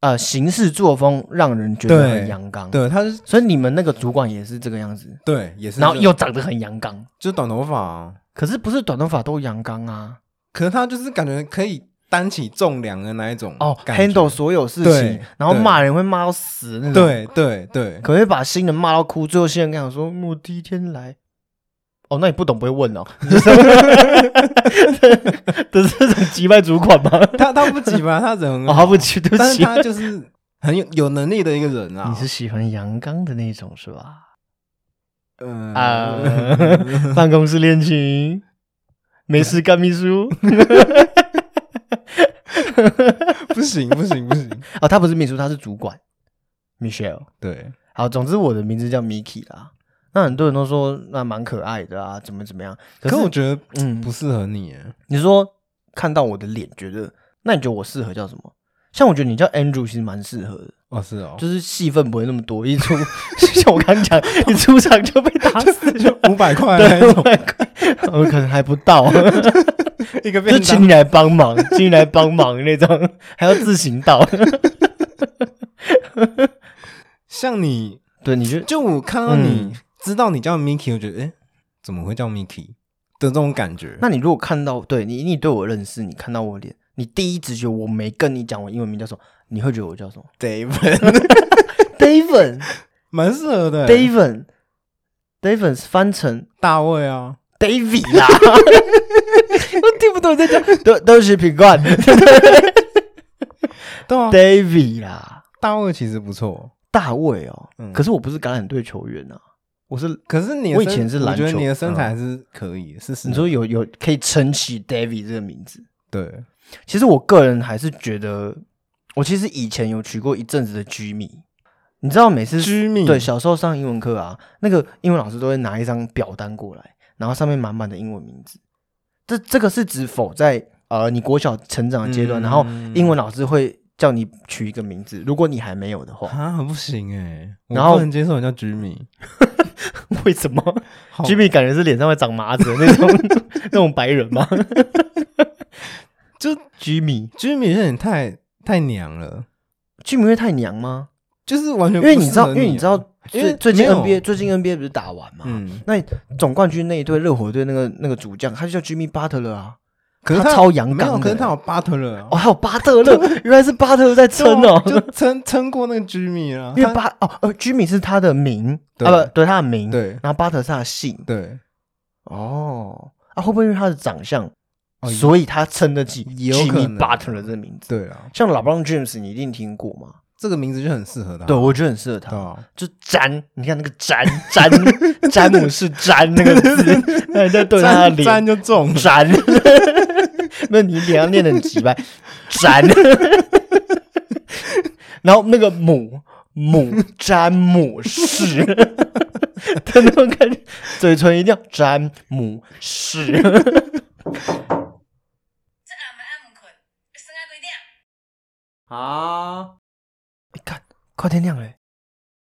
Speaker 1: 呃行事作风让人觉得很
Speaker 2: 对
Speaker 1: 阳刚。
Speaker 2: 对，她是
Speaker 1: 所以你们那个主管也是这个样子，
Speaker 2: 对，也是这
Speaker 1: 然
Speaker 2: 样，
Speaker 1: 后又长得很阳刚，
Speaker 2: 就是短头发啊，
Speaker 1: 可是不是短头发都阳刚啊？
Speaker 2: 可是她就是感觉可以担起重量的那一种
Speaker 1: 哦
Speaker 2: 感觉
Speaker 1: ，handle 所有事情
Speaker 2: 对，
Speaker 1: 然后
Speaker 2: 对
Speaker 1: 骂人会骂到死那种，，
Speaker 2: 对对对，
Speaker 1: 可能会把新人骂到哭。最后新人跟我说：“我第一天来。”哦，那你不懂不会问哦， 这是这种击败主管吗？
Speaker 2: 她她不急吧，她人很
Speaker 1: 哦，
Speaker 2: 好
Speaker 1: 好不起，对不
Speaker 2: 嗯但是
Speaker 1: 起，
Speaker 2: 她就是很有有能力的一个人啊，
Speaker 1: 你是喜欢阳刚的那种是吧？
Speaker 2: 嗯
Speaker 1: 啊， 办公室恋情，没事干秘书。
Speaker 2: 不行不行不行，
Speaker 1: 哦，他不是秘书，他是主管，Michelle。
Speaker 2: 对，
Speaker 1: 好，总之我的名字叫 Miki 啦。那很多人都说那蛮可爱的啊，怎么怎么样？可
Speaker 2: 可
Speaker 1: 是
Speaker 2: 我觉得
Speaker 1: 嗯，
Speaker 2: 不适合你耶，
Speaker 1: 你说看到我的脸，觉得那你觉得我适合叫什么？像我觉得你叫 Andrew 其实蛮适合的，
Speaker 2: 哦，是哦，，
Speaker 1: 就是戏份不会那么多，一出 像我刚刚讲，一出场就被打死了
Speaker 2: 五百块那
Speaker 1: 对，
Speaker 2: 一
Speaker 1: 五
Speaker 2: 种，
Speaker 1: 百块，我可能还不 到，
Speaker 2: 一个
Speaker 1: 就
Speaker 2: 便
Speaker 1: 请
Speaker 2: 当，
Speaker 1: 你来帮忙，请你来帮忙那种，还要自行到。
Speaker 2: 像你，
Speaker 1: 对，你就
Speaker 2: 就我看到你、
Speaker 1: 嗯
Speaker 2: 知道你叫 Mickey，我觉得哎，诶怎么会叫 Mickey 的这种感觉？
Speaker 1: 那你如果看到对你，你对我认识，你看到我脸，你第一直觉我没跟你讲我英文名叫什么，你会觉得我叫什么
Speaker 2: David
Speaker 1: ？David，David，David
Speaker 2: 蛮适合的，
Speaker 1: 翻成
Speaker 2: 大卫啊，
Speaker 1: David 啦，我听不懂你在讲， 都都是品 冠
Speaker 2: 对啊，
Speaker 1: David 啦，
Speaker 2: 大卫其实不错。
Speaker 1: 大卫哦，
Speaker 2: 嗯
Speaker 1: 可是我不是橄榄队球员啊，我是
Speaker 2: 可是你的
Speaker 1: 我以
Speaker 2: 身
Speaker 1: 前是篮
Speaker 2: 我觉得
Speaker 1: 球嗯
Speaker 2: 你的身材还是可以，是是，
Speaker 1: 你说有有可以撑起 David 这个名字，
Speaker 2: 对，
Speaker 1: 其实我个人还是觉得，我其实以前有取过一阵子的居米，你知道每次
Speaker 2: 居民
Speaker 1: 对，小时候上英文课啊，那个英文老师都会拿一张表单过来，然后上面满满的英文名字。这这个是指否在呃你国小成长的阶段，然后
Speaker 2: 嗯
Speaker 1: 英文老师会叫你取一个名字，如果你还没有的话，
Speaker 2: 啊，不行哎，我
Speaker 1: 然后
Speaker 2: 不能接受人叫居民，
Speaker 1: 为什么
Speaker 2: 好
Speaker 1: 居米感觉是脸上会长麻子 的那种那种白人吗？
Speaker 2: 就
Speaker 1: 居米，
Speaker 2: 居民有点太太娘了，
Speaker 1: 居米会太娘吗？
Speaker 2: 就是完全
Speaker 1: 因为
Speaker 2: 不
Speaker 1: 你
Speaker 2: 适
Speaker 1: 知道，
Speaker 2: 合
Speaker 1: 因为你知道
Speaker 2: 啊，因
Speaker 1: 最
Speaker 2: 为
Speaker 1: 最近
Speaker 2: 没有
Speaker 1: NBA 最近 NBA 不是打完吗？
Speaker 2: 嗯，
Speaker 1: 那总冠军那一队热火队那个那个主将，他就叫 Jimmy Butler 啊。
Speaker 2: 可是
Speaker 1: 他
Speaker 2: 他
Speaker 1: 超阳
Speaker 2: 没有
Speaker 1: 刚的
Speaker 2: 可是他有巴特勒啊
Speaker 1: 哦，，还有巴特 勒，原来是巴特勒在撑哦。
Speaker 2: 就撑撑过那个居民啊，
Speaker 1: 因为
Speaker 2: 他
Speaker 1: 巴哦呃，Jimmy 是他的名
Speaker 2: 对
Speaker 1: 啊，不对，他的名，
Speaker 2: 对
Speaker 1: 然后巴特是他的姓
Speaker 2: 对，
Speaker 1: 哦。啊，会不会因为他的长相，
Speaker 2: 哦呃
Speaker 1: 所以他撑得起
Speaker 2: 也有可
Speaker 1: Jimmy
Speaker 2: 能
Speaker 1: Butler 这个名字？
Speaker 2: 对啊，
Speaker 1: 像 LeBron James，你一定听过嘛？
Speaker 2: 这个名字就很适合他，
Speaker 1: 对，我觉得很适合他
Speaker 2: 对。啊，
Speaker 1: 就詹，你看那个詹 詹詹姆士詹那个字，哎那你在对他的
Speaker 2: 沾
Speaker 1: 脸，
Speaker 2: 沾就中了，
Speaker 1: 粘， 那你脸上念的很直白，粘。 然后那个母母詹姆士的那种感觉，嘴唇一定要詹姆士。
Speaker 3: 这暗暝暗唔困，要耍到几点？
Speaker 1: 啊！你看，快天亮了，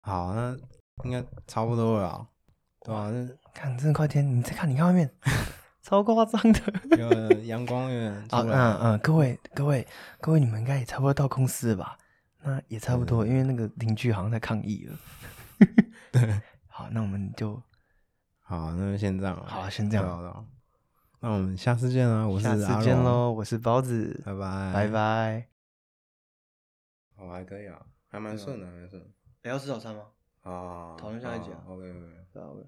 Speaker 2: 好，那应该差不多了啊，对啊，
Speaker 1: 看真的快天，你再看，你看外面，超夸张的。
Speaker 2: 那有阳光有点出
Speaker 1: 啊，
Speaker 2: 来，
Speaker 1: 嗯嗯，各位各位各位，你们应该也差不多到公司了吧？那也差不多，因为那个邻居好像在抗议了。 好，那我们就
Speaker 2: 好，那就先这样啊，
Speaker 1: 好先这样
Speaker 2: 对啊，对啊那我们下次见啊，我是
Speaker 1: 下
Speaker 2: 阿
Speaker 1: 次见
Speaker 2: 龙，
Speaker 1: 喽。我是包子，
Speaker 2: 拜拜，
Speaker 1: 拜，拜。
Speaker 2: 我还可以啊，还蛮顺的，还蛮顺的
Speaker 1: 哎要吃早餐吗？
Speaker 2: 啊，
Speaker 1: 讨论下一集啊
Speaker 2: ，OK OK。
Speaker 1: 对啊，我